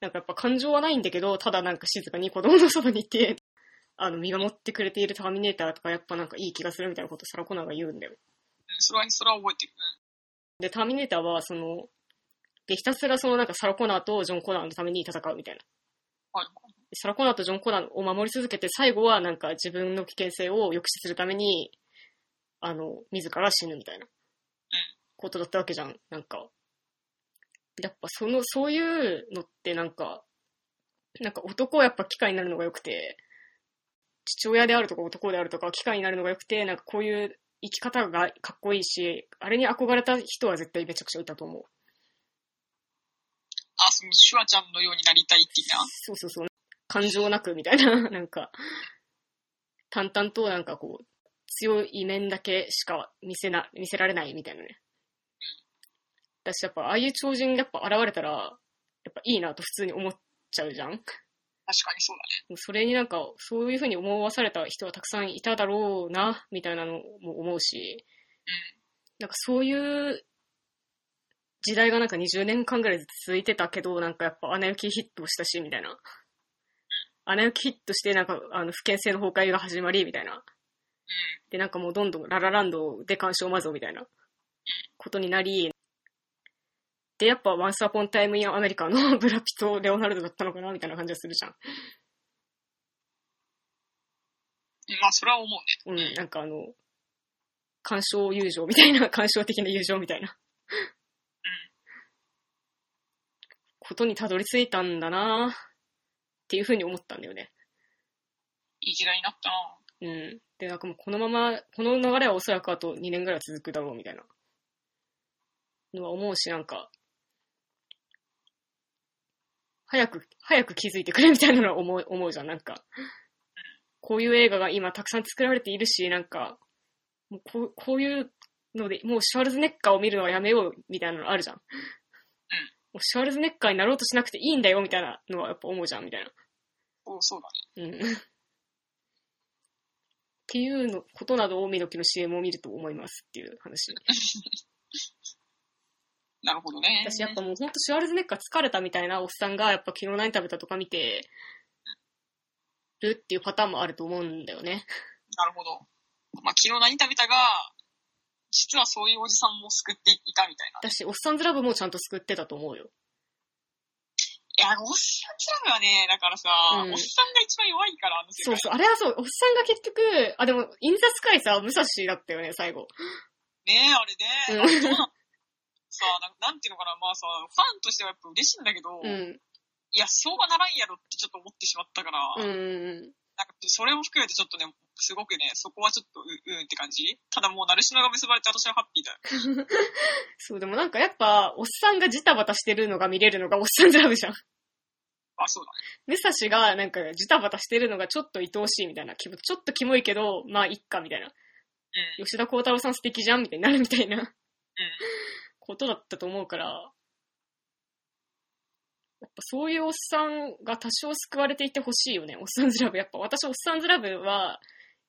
[SPEAKER 1] なんかやっぱ感情はないんだけど、ただなんか静かに子供のそばにいて、あの、見守ってくれているターミネーターとかやっぱなんかいい気がするみたいなことをサラコナーが言うんだよ。
[SPEAKER 2] うん、それは、それは覚えてる。うん。
[SPEAKER 1] で、ターミネーターは、その、で、ひたすらそのなんかサラコナーとジョン・コナーのために戦うみたいな。
[SPEAKER 2] はい。
[SPEAKER 1] サラコナーとジョン・コナーを守り続けて、最後はなんか自分の危険性を抑止するために、あの、自ら死ぬみたいなことだったわけじゃん、なんか。やっぱその、そういうのってなんか、なんか男はやっぱ機械になるのが良くて、父親であるとか男であるとか機械になるのが良くて、なんかこういう生き方がかっこいいし、あれに憧れた人は絶対めちゃくちゃいたと思う。
[SPEAKER 2] あ、その、シュワちゃんのようになりたいっていうな。
[SPEAKER 1] そうそうそう。感情なくみたいな、 [laughs] なんか、淡々となんかこう、強い面だけしか見せな、見せられないみたいなね。私やっぱ、ああいう超人やっぱ現れたら、やっぱいいなと普通に思っちゃうじゃん。
[SPEAKER 2] 確かにそうだね。
[SPEAKER 1] もうそれになんか、そういうふうに思わされた人はたくさんいただろうな、みたいなのも思うし、なんかそういう時代がなんか20年間ぐらい続いてたけど、なんかやっぱ穴行きヒットをしたし、みたいな。穴行きヒットして、なんか、あの、不権制の崩壊が始まり、みたいな。で、なんかもうどんどんララランドで干渉まぞ、みたいなことになり、で、やっぱ、ワンスアポンタイムインアメリカの [laughs] ブラピとレオナルドだったのかな、みたいな感じがするじゃん。
[SPEAKER 2] うん。まあ、それは思うね。
[SPEAKER 1] うん、なんかあの、干渉友情みたいな、干渉的な友情みたいな。ことにたどり着いたんだなっていうふうに思ったんだよね。
[SPEAKER 2] いい時代になったな。
[SPEAKER 1] うん。で、なんかもうこのまま、この流れはおそらくあと2年ぐらいは続くだろうみたいな。のは思うし、なんか、早く、早く気づいてくれみたいなのは思う、思うじゃん、なんか。こういう映画が今たくさん作られているし、なんか、もうこうこういうので、もうシュワルズネッカーを見るのはやめようみたいなのあるじゃん。もうシュワルズネッカーになろうとしなくていいんだよみたいなのはやっぱ思うじゃん、みたいな。
[SPEAKER 2] そうそうだね。
[SPEAKER 1] うんっていうのことなどを見どきの CM を見ると思いますっていう話。
[SPEAKER 2] なるほどね。
[SPEAKER 1] 私やっぱもうほんとシュワルズネッカー疲れたみたいなおっさんがやっぱ昨日何食べたとか見てるっていうパターンもあると思うんだよね。
[SPEAKER 2] なるほど。まあ、昨日何食べたが、実はそういうおじさんも救っていたみたいな。
[SPEAKER 1] 私、おっさんずラブもちゃんと救ってたと思うよ。
[SPEAKER 2] いや、おっさんクラブはね、だからさ、
[SPEAKER 1] うん
[SPEAKER 2] おっさんが一番弱いから、あの世
[SPEAKER 1] そうそ
[SPEAKER 2] 界。
[SPEAKER 1] う、あれはそう、おっさんが結局、あ、でも、インザスカイさ、武蔵だったよね、最後。
[SPEAKER 2] ねえ、あれね。
[SPEAKER 1] うん
[SPEAKER 2] さあなん、なんていうのかな、まあさ、ファンとしてはやっぱ嬉しいんだけど、
[SPEAKER 1] うん。
[SPEAKER 2] いや、そうはならんやろってちょっと思ってしまったから、
[SPEAKER 1] うん
[SPEAKER 2] なん
[SPEAKER 1] うん。
[SPEAKER 2] かそれも含めてちょっとね、すごくね、そこはちょっとう、うんって感じただもう、ナルシノが結ばれて私はハッピーだよ。
[SPEAKER 1] そう、でもなんかやっぱ、おっさんがジタバタしてるのが見れるのがおっさんずラブじゃん。
[SPEAKER 2] まあそうだね。
[SPEAKER 1] 武蔵がなんかジタバタしてるのがちょっと愛おしいみたいな気分、ちょっとキモいけど、まあいっかみたいな。
[SPEAKER 2] うん。
[SPEAKER 1] 吉田鋼太郎さん素敵じゃんみたいになるみたいな
[SPEAKER 2] う
[SPEAKER 1] ことだったと思うから、やっぱそういうおっさんが多少救われていてほしいよね、おっさんずラブ。やっぱ私、おっさんずラブは、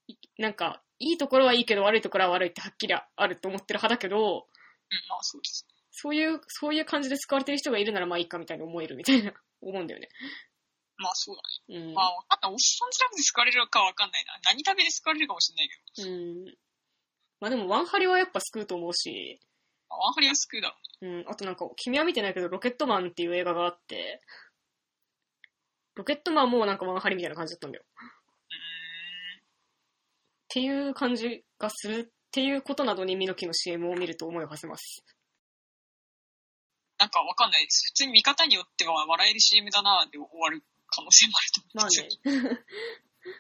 [SPEAKER 1] いなんか、いいところはいいけど悪いところは悪いってはっきりあると思ってる派だけど、
[SPEAKER 2] ん。うん、まあそうです。
[SPEAKER 1] そういう、そういう感じで救われてる人がいるならまあいいかみたいに思えるみたいな、思うんだよね。
[SPEAKER 2] まあそうだね。
[SPEAKER 1] うん。
[SPEAKER 2] まあ、わかんないおっさんズラブで救われるかわかんないな。何食べで救われるかもしれないけど。
[SPEAKER 1] うん。まあでも、ワンハリはやっぱ救うと思うし、
[SPEAKER 2] まあワンハリは救うだろうね。
[SPEAKER 1] うん、あとなんか、君は見てないけど、ロケットマンっていう映画があって、ロケットマンもなんかワンハリみたいな感じだったんだよ。っ
[SPEAKER 2] うーん。
[SPEAKER 1] ていう感じがするっていうことなどにミノキの CM を見ると思いを馳せます。
[SPEAKER 2] なんかわかんないです。普通に見方によっては笑える CM だなで終わる可能性もあると思う。
[SPEAKER 1] まあ
[SPEAKER 2] 普通
[SPEAKER 1] ね
[SPEAKER 2] に。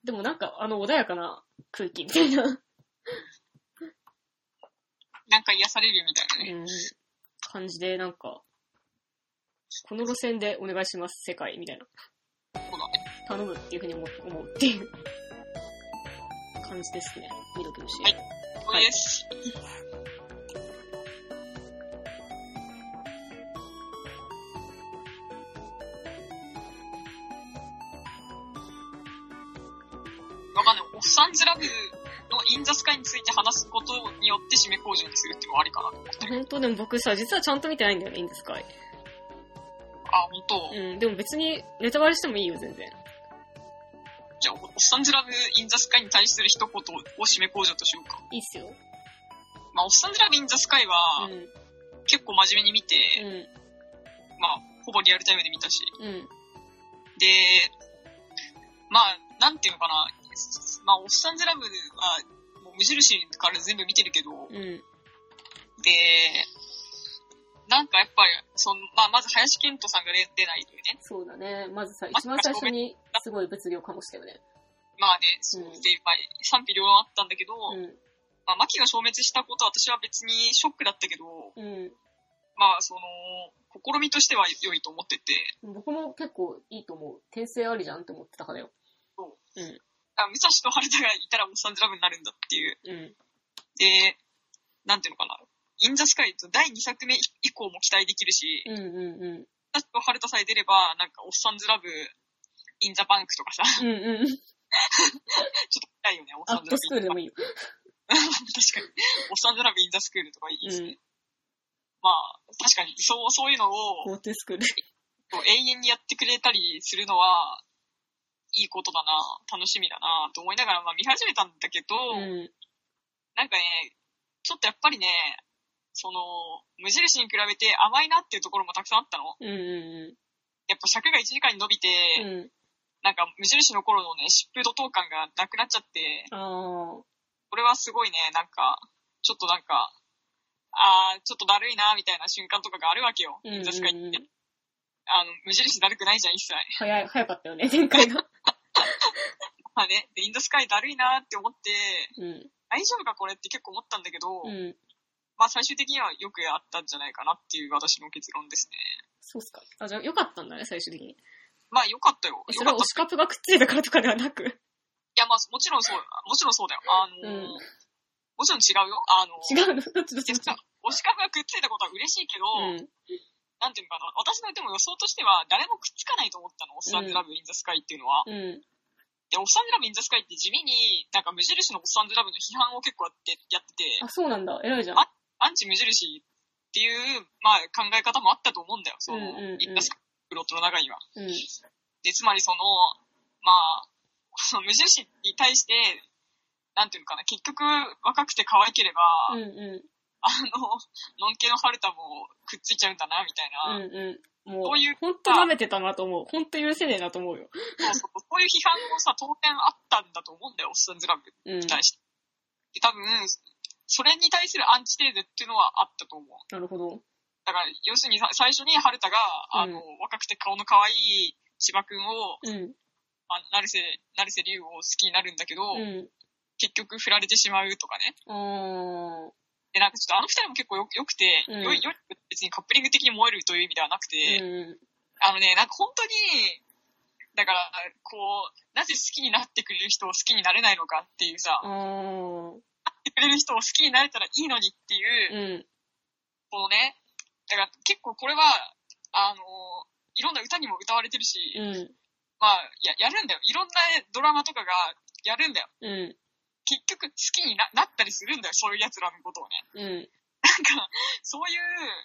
[SPEAKER 1] [laughs] でもなんか、あの穏やかな空気みたいな、うん、
[SPEAKER 2] [laughs] なんか癒されるみたいなね。
[SPEAKER 1] 感じで、なんか、この路線でお願いします、世界みたいな。
[SPEAKER 2] そうだね。
[SPEAKER 1] 頼むっていうふうに思う思うっていう感じですね。ミノキの CM。
[SPEAKER 2] はいこれです。わかんない。オフサンズラブのインザスカイについて話すことによって締め工場にするっていうのはありかなと思ってる。
[SPEAKER 1] 本当でも僕さ、実はちゃんと見てないんだよね、いいんですかい
[SPEAKER 2] あ、本当。
[SPEAKER 1] うん、でも別にネタバレしてもいいよ、全然。
[SPEAKER 2] じゃあ、オッサンズラブ・イン・ザ・スカイに対する一言を締め工場としようか。
[SPEAKER 1] いいっすよ。
[SPEAKER 2] まあ、オッサンズラブ・イン・ザ・スカイ
[SPEAKER 1] う
[SPEAKER 2] は
[SPEAKER 1] ん、
[SPEAKER 2] 結構真面目に見て、
[SPEAKER 1] うん、
[SPEAKER 2] まあ、ほぼリアルタイムで見たし。
[SPEAKER 1] うん、
[SPEAKER 2] で、まあ、なんていうのかな。まあ、オッサンズラブは、もう無印から全部見てるけど、
[SPEAKER 1] うん、
[SPEAKER 2] で、なんかやっぱり、その、まあ、まず林健人さんが出出ないというね。
[SPEAKER 1] そうだね。まずさ、
[SPEAKER 2] あ
[SPEAKER 1] 一番最初にすごい物議を醸したよね。
[SPEAKER 2] まあね、そう
[SPEAKER 1] うん
[SPEAKER 2] で、まあ、賛否両論あったんだけど、
[SPEAKER 1] うん。
[SPEAKER 2] まあ、マキが消滅したことは私は別にショックだったけど、
[SPEAKER 1] うん。
[SPEAKER 2] まあ、その、試みとしては良いと思ってて、
[SPEAKER 1] 僕も結構いいと思う。転生ありじゃんって思ってたからよ。
[SPEAKER 2] あ武蔵と春田がいたらもうサンズラブになるんだっていう。
[SPEAKER 1] うん。
[SPEAKER 2] で、なんていうのかな。インザスカイと第2作目以降も期待できるし、
[SPEAKER 1] うんうんう
[SPEAKER 2] 武蔵と春田さえ出れば、なんか、おっさんずラブ、インザバンクとかさ、 [laughs] ちょっ
[SPEAKER 1] ん。うんうん。
[SPEAKER 2] と見たいよね、おっ
[SPEAKER 1] ア
[SPEAKER 2] さん
[SPEAKER 1] ッ
[SPEAKER 2] ず
[SPEAKER 1] トスク
[SPEAKER 2] ラ
[SPEAKER 1] ールで
[SPEAKER 2] ブ。
[SPEAKER 1] もいいよ。
[SPEAKER 2] 確かに。おっさんずラブインザスクールとかい [laughs] いですね。まあ、確かに、そう、そういうのを
[SPEAKER 1] ゴーテスクール。
[SPEAKER 2] 永遠にやってくれたりするのは、いいことだな、楽しみだな、と思いながら、まあ見始めたんだけど、
[SPEAKER 1] うん。
[SPEAKER 2] なんかね、ちょっとやっぱりね、その、無印に比べて甘いなっていうところもたくさんあったの。
[SPEAKER 1] うんう
[SPEAKER 2] やっぱ尺が1時間に伸びて、
[SPEAKER 1] んうん。うん。
[SPEAKER 2] なんか無印の頃のね、疾風怒涛感がなくなっちゃって、
[SPEAKER 1] あ
[SPEAKER 2] これはすごいね、なんか、ちょっとなんか、あー、ちょっとだるいな、みたいな瞬間とかがあるわけよ。
[SPEAKER 1] あ。うんうん、う
[SPEAKER 2] 確かに
[SPEAKER 1] ん。。
[SPEAKER 2] あの、無印だるくないじゃん、一切。
[SPEAKER 1] 早い、早かったよね、前回が。
[SPEAKER 2] まあね、で、インドスカイだるいなって思って、
[SPEAKER 1] [laughs] うん。
[SPEAKER 2] 大丈夫かこれって結構思ったんだけど、
[SPEAKER 1] うん。
[SPEAKER 2] まあ最終的にはよくあったんじゃないかなっていう私の結論ですね。
[SPEAKER 1] そうっすか。あ、じゃあ、よかったんだね、最終的に。
[SPEAKER 2] まあよかったよ。
[SPEAKER 1] えそ
[SPEAKER 2] よ
[SPEAKER 1] れ
[SPEAKER 2] かっ
[SPEAKER 1] は
[SPEAKER 2] た
[SPEAKER 1] 推しカップがくっついたからとかでは [laughs] なく。
[SPEAKER 2] いや、まあ、もちろんそう、もちろんそうだよ。あのー、
[SPEAKER 1] うん
[SPEAKER 2] もちろん違うよ。あの
[SPEAKER 1] 違
[SPEAKER 2] ー、
[SPEAKER 1] うのどっちどっちどっ
[SPEAKER 2] 推し
[SPEAKER 1] ち
[SPEAKER 2] カブがくっついたことは嬉しいけど、
[SPEAKER 1] うん。
[SPEAKER 2] なんていうのかな、私のでも予想としては、誰もくっつかないと思ったの、オッサンズラブ・イン・ザ・スカイっていうのは。
[SPEAKER 1] うん。
[SPEAKER 2] で、オッサンズラブ・イン・ザ・スカイって地味に、なんか無印のオッサンズラブの批判を結構やってやってて、
[SPEAKER 1] あ、そうなんだ。偉いじゃん。
[SPEAKER 2] アンチ無印っていう、まあ、考え方もあったと思うんだよ、その、
[SPEAKER 1] うんうんうん
[SPEAKER 2] イン・ザ・スカイプロットの中には。
[SPEAKER 1] うん。
[SPEAKER 2] で、つまりその、まあ、 [laughs] その無印に対して、なんていうのかな、結局若くて可愛ければ、
[SPEAKER 1] うんう
[SPEAKER 2] あの、のんけの春田もくっついちゃうんだな、みたい
[SPEAKER 1] ん。
[SPEAKER 2] な、
[SPEAKER 1] うんうん。も
[SPEAKER 2] そういう
[SPEAKER 1] う、ほんと舐めてたなと思う。ほんと許せねえなと思うよ。
[SPEAKER 2] そうそうそういう批判もさ、当然あったんだと思うんだよ、オッサンズラブに
[SPEAKER 1] うん。
[SPEAKER 2] 対して。で、多分、それに対するアンチテーゼっていうのはあったと思う。
[SPEAKER 1] なるほど。
[SPEAKER 2] だから、要するにさ最初に春田が、あの、
[SPEAKER 1] う
[SPEAKER 2] 若くて顔の可愛い千葉くんを、
[SPEAKER 1] うん。
[SPEAKER 2] あ成瀬、成瀬龍を好きになるんだけど、
[SPEAKER 1] うん。
[SPEAKER 2] 結局振られてしまうとかね。
[SPEAKER 1] あー。
[SPEAKER 2] で、なんかちょっとあの二人も結構よよくて、
[SPEAKER 1] うん
[SPEAKER 2] よいよい別にカップリング的に燃えるという意味ではなくて、
[SPEAKER 1] うん。
[SPEAKER 2] あのね、なんか本当に、だから、こう、なぜ好きになってくれる人を好きになれないのかっていうさ、
[SPEAKER 1] あ
[SPEAKER 2] なっ
[SPEAKER 1] ー。
[SPEAKER 2] てくれる人を好きになれたらいいのにってい
[SPEAKER 1] う
[SPEAKER 2] う、
[SPEAKER 1] ん。
[SPEAKER 2] このね、だから結構これは、あの、いろんな歌にも歌われてるし、
[SPEAKER 1] うん。
[SPEAKER 2] まあや、やるんだよ。いろんなドラマとかがやるんだよ。
[SPEAKER 1] うん。
[SPEAKER 2] 結局好きにななったりするんだよ、そういう奴らのことをね。
[SPEAKER 1] うん。
[SPEAKER 2] なんか、そういう、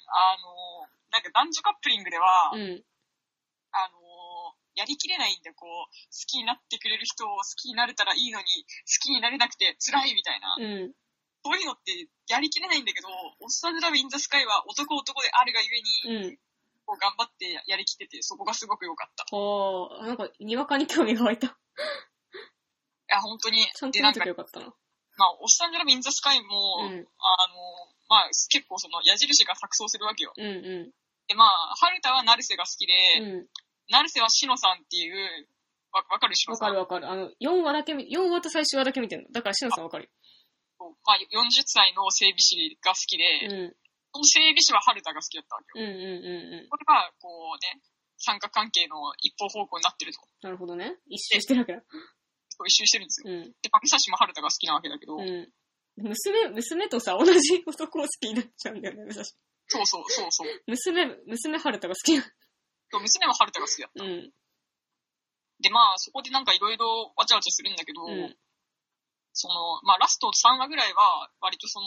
[SPEAKER 2] あの、なんか男女カップリングでは、
[SPEAKER 1] うん。
[SPEAKER 2] あの、やりきれないんで、こう、好きになってくれる人を好きになれたらいいのに、好きになれなくて辛いみたいな、
[SPEAKER 1] うん。
[SPEAKER 2] そういうのってやりきれないんだけど、オッサンズラブ・イン・ザ・スカイは男男であるがゆえ
[SPEAKER 1] う
[SPEAKER 2] に、
[SPEAKER 1] ん。
[SPEAKER 2] こう頑張ってやりきってて、そこがすごく良かった。
[SPEAKER 1] あー。なんか、にわかに興味が湧いた。
[SPEAKER 2] いや、本当に
[SPEAKER 1] ちゃん。と
[SPEAKER 2] で、な
[SPEAKER 1] 見
[SPEAKER 2] ん
[SPEAKER 1] と
[SPEAKER 2] か
[SPEAKER 1] きゃ、よかったな。
[SPEAKER 2] まあ、オッサンズラブ・イン・ザ・スカイも、
[SPEAKER 1] うん。
[SPEAKER 2] あの、まあ、結構その矢印が錯綜するわけよ。
[SPEAKER 1] うんう
[SPEAKER 2] で、まあ、春田は成瀬が好きで、
[SPEAKER 1] ん。う
[SPEAKER 2] 成瀬はしのさんっていう、わわかるし
[SPEAKER 1] ん。
[SPEAKER 2] の
[SPEAKER 1] わ
[SPEAKER 2] さ
[SPEAKER 1] か
[SPEAKER 2] ん
[SPEAKER 1] るわかる。あの、4話だけ見、4話と最終話だけ見てるの。だから、しのさんわかる
[SPEAKER 2] まあ、40歳の整備士が好きで、
[SPEAKER 1] よ。うん。
[SPEAKER 2] その整備士は春田が好きだったわけよ。
[SPEAKER 1] うんうんうんうん。
[SPEAKER 2] これが、こうね、三角関係の一方方向になってると。
[SPEAKER 1] なるほどね。一周してるわけだ。
[SPEAKER 2] そう一周してるんですよ。
[SPEAKER 1] うん。
[SPEAKER 2] で、パクサシも春田が好きなわけだけど、
[SPEAKER 1] うん。娘、娘とさ、同じ男を好きになっちゃうんだよね、武蔵
[SPEAKER 2] そうそうそうそう。
[SPEAKER 1] 娘、娘春田が好きな。
[SPEAKER 2] そう娘も春田が好きだった。
[SPEAKER 1] うん。
[SPEAKER 2] で、まあ、そこでなんかいろいろわちゃわちゃするんだけど、
[SPEAKER 1] うん。
[SPEAKER 2] その、まあ、ラスト3話ぐらいは、割とその、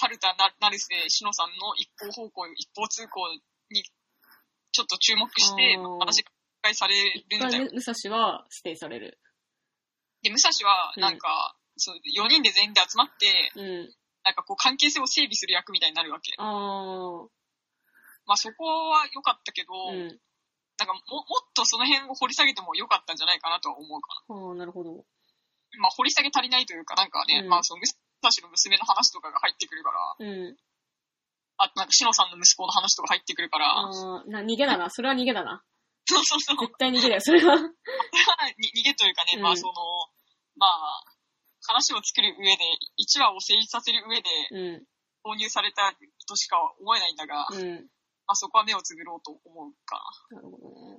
[SPEAKER 2] 春田な、成瀬、しのさんの一方方向、一方通行に、ちょっと注目して、
[SPEAKER 1] あー
[SPEAKER 2] まあ話が解され
[SPEAKER 1] 一
[SPEAKER 2] るんだ
[SPEAKER 1] 回、
[SPEAKER 2] よ。
[SPEAKER 1] 武蔵はステイされる。
[SPEAKER 2] で、武蔵は、なんか、そう、4人で全員で集まって、
[SPEAKER 1] うん。
[SPEAKER 2] なんかこう、関係性を整備する役みたいになるわけ。
[SPEAKER 1] あ
[SPEAKER 2] まあ、そこは良かったけど、
[SPEAKER 1] ー。うん。
[SPEAKER 2] なんかも、もっとその辺を掘り下げても良かったんじゃないかなとは思うか
[SPEAKER 1] あー、なるほど。
[SPEAKER 2] な。まあ、掘り下げ足りないというか、なんかね、
[SPEAKER 1] うん
[SPEAKER 2] まあ、その、武蔵の娘の話とかが入ってくるから、
[SPEAKER 1] うん。
[SPEAKER 2] あとなんか、しのさんの息子の話とか入ってくるから、
[SPEAKER 1] あー、な、逃げだな。それは逃げだな。
[SPEAKER 2] そうそうそう。 [laughs]
[SPEAKER 1] 絶対逃げない。それは。
[SPEAKER 2] に逃げというかね、
[SPEAKER 1] うん
[SPEAKER 2] まあその、まあ、話を作る上で、1話を成立させる上で
[SPEAKER 1] うん。
[SPEAKER 2] 購入されたとしか思えないんだが、
[SPEAKER 1] うん。
[SPEAKER 2] まあそこは目をつぶろうと思うか
[SPEAKER 1] なるほどね。
[SPEAKER 2] な。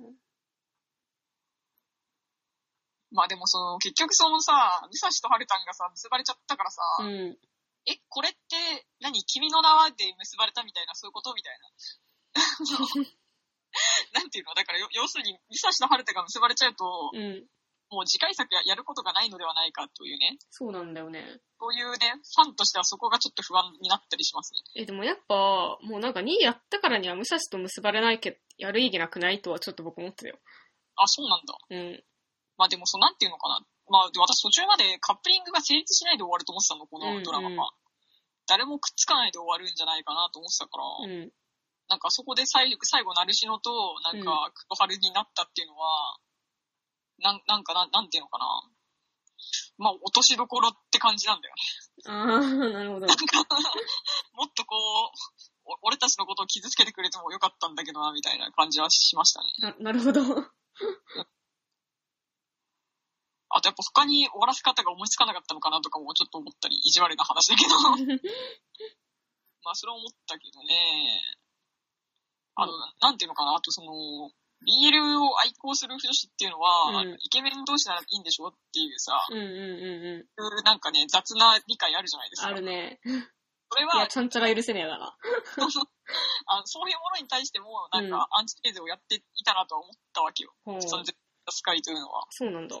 [SPEAKER 2] まあでもその、結局そのさ、武蔵と春タンがさ、結ばれちゃったからさ、
[SPEAKER 1] うん。
[SPEAKER 2] え、これって何、君の名はで結ばれたみたいな、そういうことみたい [laughs] な。なんていうのだからよ、要するに、武蔵と春タが結ばれちゃうと、
[SPEAKER 1] うん。
[SPEAKER 2] もう次回作ややることがないのではないかというね、
[SPEAKER 1] そうなんだよね。
[SPEAKER 2] そういうね、ファンとしてはそこがちょっと不安になったりしますね。
[SPEAKER 1] え、でもやっぱ、もうなんか2位やったからには武蔵と結ばれないけど、やる意義なくないとはちょっと僕思ってたよ。
[SPEAKER 2] あ、そうなんだ。
[SPEAKER 1] うん。
[SPEAKER 2] まあでもそう、なんていうのかな。まあで私途中までカップリングが成立しないで終わると思ってたの、このドラマが。
[SPEAKER 1] うんうん
[SPEAKER 2] 誰もくっつかないで終わるんじゃないかなと思ってたから、
[SPEAKER 1] うん。
[SPEAKER 2] なんかそこで最後、最後、ナルシノと、なんか、クロハルになったっていうのは、なん、なんかなん、なんていうのかな。まあ、落としどころって感じなんだよね。
[SPEAKER 1] ああ、なるほど。
[SPEAKER 2] [laughs] もっとこう、お俺たちのことを傷つけてくれてもよかったんだけどな、みたいな感じはしましたね。
[SPEAKER 1] な、なるほど。 [laughs]
[SPEAKER 2] あとやっぱ他に終わらせ方が思いつかなかったのかなとかもちょっと思ったり、意地悪な話だけど。 [laughs] まあそれは思ったけどね。あの、なんていうのかな、あとその、BL を愛好する女子っていうのは、
[SPEAKER 1] うん
[SPEAKER 2] イケメン同士ならいいんでしょっていうさ、
[SPEAKER 1] うんうんうんう
[SPEAKER 2] なんかね、雑な理解あるじゃないです
[SPEAKER 1] ん。
[SPEAKER 2] か。
[SPEAKER 1] あるね。
[SPEAKER 2] それ
[SPEAKER 1] いや、
[SPEAKER 2] は
[SPEAKER 1] ちゃんちゃら許せねえだな。
[SPEAKER 2] あの、そういうものに対しても、なん
[SPEAKER 1] うん
[SPEAKER 2] か、アンチテーゼをやっていたなとは思ったわけよ。
[SPEAKER 1] ほう。
[SPEAKER 2] そのスカイというのは。
[SPEAKER 1] そうなんだ。
[SPEAKER 2] うん。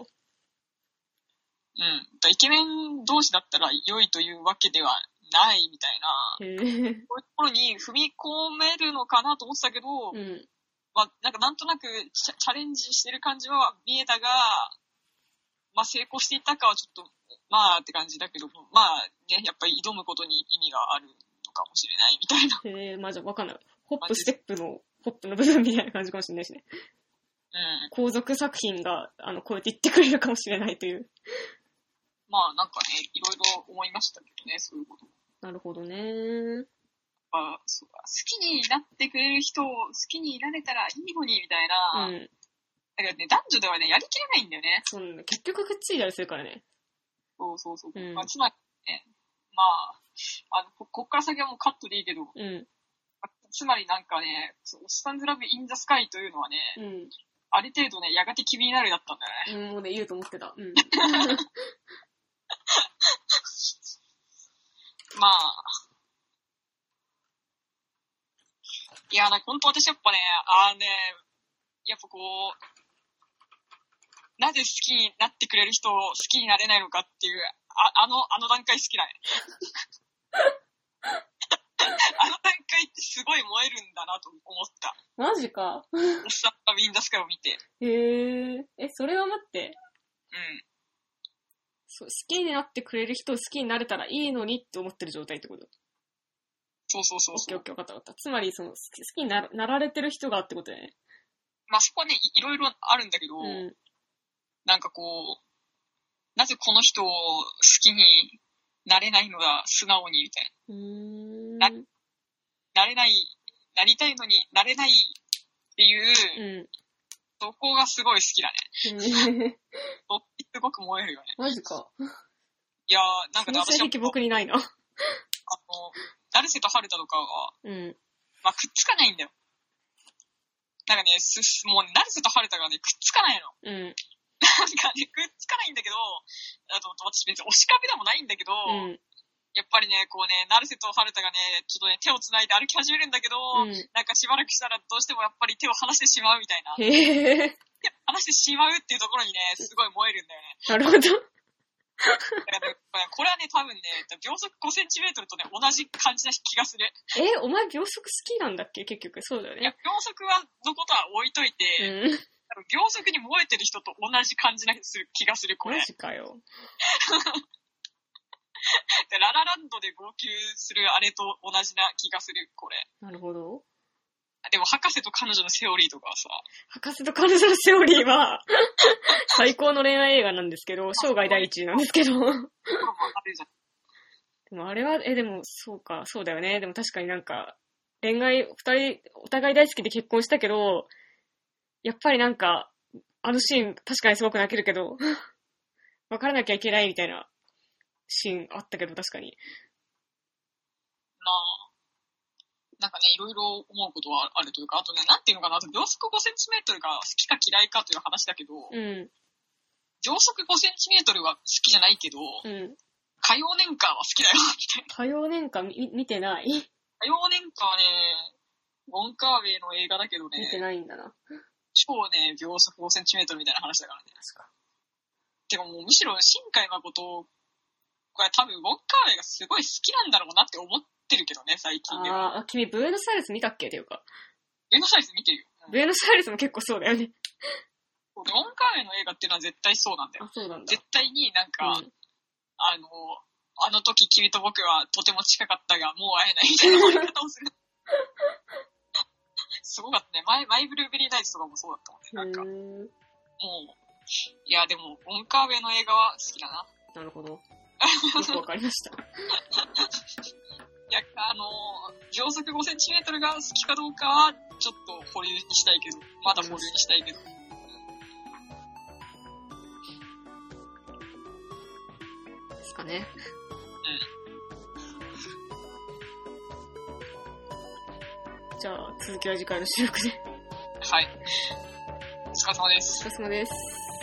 [SPEAKER 2] だからイケメン同士だったら良いというわけではないみたいな。
[SPEAKER 1] へえ。
[SPEAKER 2] そういうところに踏み込めるのかなと思ってたけど、
[SPEAKER 1] うん。
[SPEAKER 2] まあ、なんかなんとなくチャチャレンジしてる感じは見えたが、まあ、成功していったかはちょっと、まあって感じだけど、まあね、やっぱり挑むことに意味があるのかもしれないみた [laughs] いな。
[SPEAKER 1] へえ、まあじゃあわかんない。ホップ、ステップの、ホップの部分みたいな感じかもしれないしね。
[SPEAKER 2] うん。
[SPEAKER 1] 後続作品が、あの、こうやって言ってくれるかもしれないという。
[SPEAKER 2] まあなんかね、いろいろ思いましたけどね、そういうこと。
[SPEAKER 1] なるほどね。
[SPEAKER 2] まあ、そうだ好きになってくれる人を好きにいられたらいいのに、みたいうな。
[SPEAKER 1] ん。
[SPEAKER 2] だからね、男女ではね、やりきれないんだよね。
[SPEAKER 1] そうなんだ。結局くっついたりするからね。
[SPEAKER 2] そうそうそう。
[SPEAKER 1] うん
[SPEAKER 2] まあ、つまりね、まあ、あの、ここっから先はもうカットでいいけど、
[SPEAKER 1] うん。
[SPEAKER 2] つまりなんかね、そうスタンズラブ・イン・ザ・スカイというのはね、
[SPEAKER 1] うん。
[SPEAKER 2] ある程度ね、やがて君になるだったんだよね。
[SPEAKER 1] うん、もうね、言うと思ってた。うん。
[SPEAKER 2] まあ。いや、なんか本当私やっぱね、あーね、やっぱこう、なぜ好きになってくれる人を好きになれないのかっていう、ああの、あの段階好きだね。あの段階ってすごい燃えるんだなと思った。
[SPEAKER 1] マジか。
[SPEAKER 2] おっさんがウィンダスカイを見て。
[SPEAKER 1] へえ。え、それは待って。
[SPEAKER 2] うん。
[SPEAKER 1] そう好きになってくれる人を好きになれたらいいのにって思ってる状態ってこと
[SPEAKER 2] そうそうそ
[SPEAKER 1] オ
[SPEAKER 2] う
[SPEAKER 1] ッ
[SPEAKER 2] そ
[SPEAKER 1] ケー
[SPEAKER 2] う
[SPEAKER 1] オッ。ケー、分かった分かった。つまり、その、好き好きにならなられてる人がってことだよね。
[SPEAKER 2] まあそこはね、いいろいろあるんだけど、
[SPEAKER 1] うん。
[SPEAKER 2] なんかこう、なぜこの人を好きになれないのだ、素直に、みたいう
[SPEAKER 1] ーん。
[SPEAKER 2] なな。なれない、なりたいのになれないっていう、
[SPEAKER 1] うん。
[SPEAKER 2] そこがすごい好きだね。 [laughs]
[SPEAKER 1] へえ
[SPEAKER 2] そこすごく燃えるよね。
[SPEAKER 1] マジか。
[SPEAKER 2] いやー、な
[SPEAKER 1] そ
[SPEAKER 2] んか
[SPEAKER 1] の
[SPEAKER 2] ね、私
[SPEAKER 1] 性
[SPEAKER 2] は、
[SPEAKER 1] 癖僕にないな。
[SPEAKER 2] あの、成瀬と春田とかは、
[SPEAKER 1] うん。
[SPEAKER 2] まあ、くっつかないんだよ。なんかね、す、すもう、成瀬と春田がね、くっつかないの。 [laughs]
[SPEAKER 1] うん。
[SPEAKER 2] なんかね、くっつかないんだけど、あと、私別に推し壁でもないんだけど、
[SPEAKER 1] うん。
[SPEAKER 2] やっぱりね、こうね、成瀬と春田がね、ちょっとね、手を繋いで歩き始めるんだけど、
[SPEAKER 1] うん。
[SPEAKER 2] なんかしばらくしたらどうしてもやっぱり手を離してしまうみたいな。
[SPEAKER 1] へえ。
[SPEAKER 2] 離してしまうっていうところにね、すごい燃えるんだよね。
[SPEAKER 1] [laughs] なるほど。
[SPEAKER 2] だからねこれはね、多分ね、秒速5センチメートルとね、同じ感じな気がする。い
[SPEAKER 1] え、お前秒速好きなんだっけ結局。そうだよ
[SPEAKER 2] や
[SPEAKER 1] ね。、
[SPEAKER 2] 秒速は、のことは置いといて、
[SPEAKER 1] うん。
[SPEAKER 2] 多分秒速に燃えてる人と同じ感じな気がする、これ
[SPEAKER 1] マ。ジかよ。
[SPEAKER 2] でララランドで号泣するあれと同じな気がする、これ。
[SPEAKER 1] なるほど。
[SPEAKER 2] でも、博士と彼女のセオリーとか
[SPEAKER 1] [laughs]
[SPEAKER 2] はさ、
[SPEAKER 1] 博士と彼女のセオリーは、最高の恋愛映画なんですけど、生涯第一位なんですけど。
[SPEAKER 2] ところもあるじゃん。
[SPEAKER 1] でもあれは、え、でも、そうか、そうだよね。でも確かになんか、恋愛、二人、お互い大好きで結婚したけど、やっぱりなんか、あのシーン確かにすごく泣けるけど、 [laughs] わからなきゃいけないみたいなシーンあったけど確かに。
[SPEAKER 2] なあなんかね、いろいろ思うことはあるというか、あとね、なんていうのかな、秒速5センチメートルが好きか嫌いかという話だけど、
[SPEAKER 1] うん、
[SPEAKER 2] 秒速5センチメートルは好きじゃないけど、
[SPEAKER 1] うん。
[SPEAKER 2] 火曜年間は好きだよ、 [laughs] みたいな。
[SPEAKER 1] 多様年間み見てない
[SPEAKER 2] 火曜年間はね、ウォンカーウェイの映画だけど
[SPEAKER 1] 見て
[SPEAKER 2] ね、
[SPEAKER 1] ないんだな。
[SPEAKER 2] 超ね、秒速5センチメートルみたいな話だからね。てかもうむしろ新海誠、これ多分ウォンカーウェイがすごい好きなんだろうなって思ってるけどね、最近では。
[SPEAKER 1] あーあ、君ブエノスアイレス見たっけっていうか。
[SPEAKER 2] エノサイズ見てるよ。うん
[SPEAKER 1] ブエノスアイレスも結構そうだよね。
[SPEAKER 2] 俺、ウォンカーウェイの映画っていうのは絶対そうなんだよ。
[SPEAKER 1] あ、そうなんだ
[SPEAKER 2] 絶。対になんか、
[SPEAKER 1] うん
[SPEAKER 2] あの、あの時君と僕はとても近かったが、もう会えないみたいな終わり方をする。 [laughs] すごかったね。マイマイブルーベリーダイズとかもそうだったもんね。なんか、
[SPEAKER 1] う
[SPEAKER 2] も
[SPEAKER 1] ーん
[SPEAKER 2] う、いや、でも、ウォンカーウェイの映画は好きだな。
[SPEAKER 1] なるほ
[SPEAKER 2] [laughs]
[SPEAKER 1] ど。よくわかりました。
[SPEAKER 2] いや、あの、秒速5センチメートルが好きかどうかは、ちょっと保留にしたいけど、まだ保留にしたいけど。
[SPEAKER 1] ですかね。じゃあ、続きは次回の収録で。
[SPEAKER 2] はい。お疲れ様です
[SPEAKER 1] お。疲れ様です。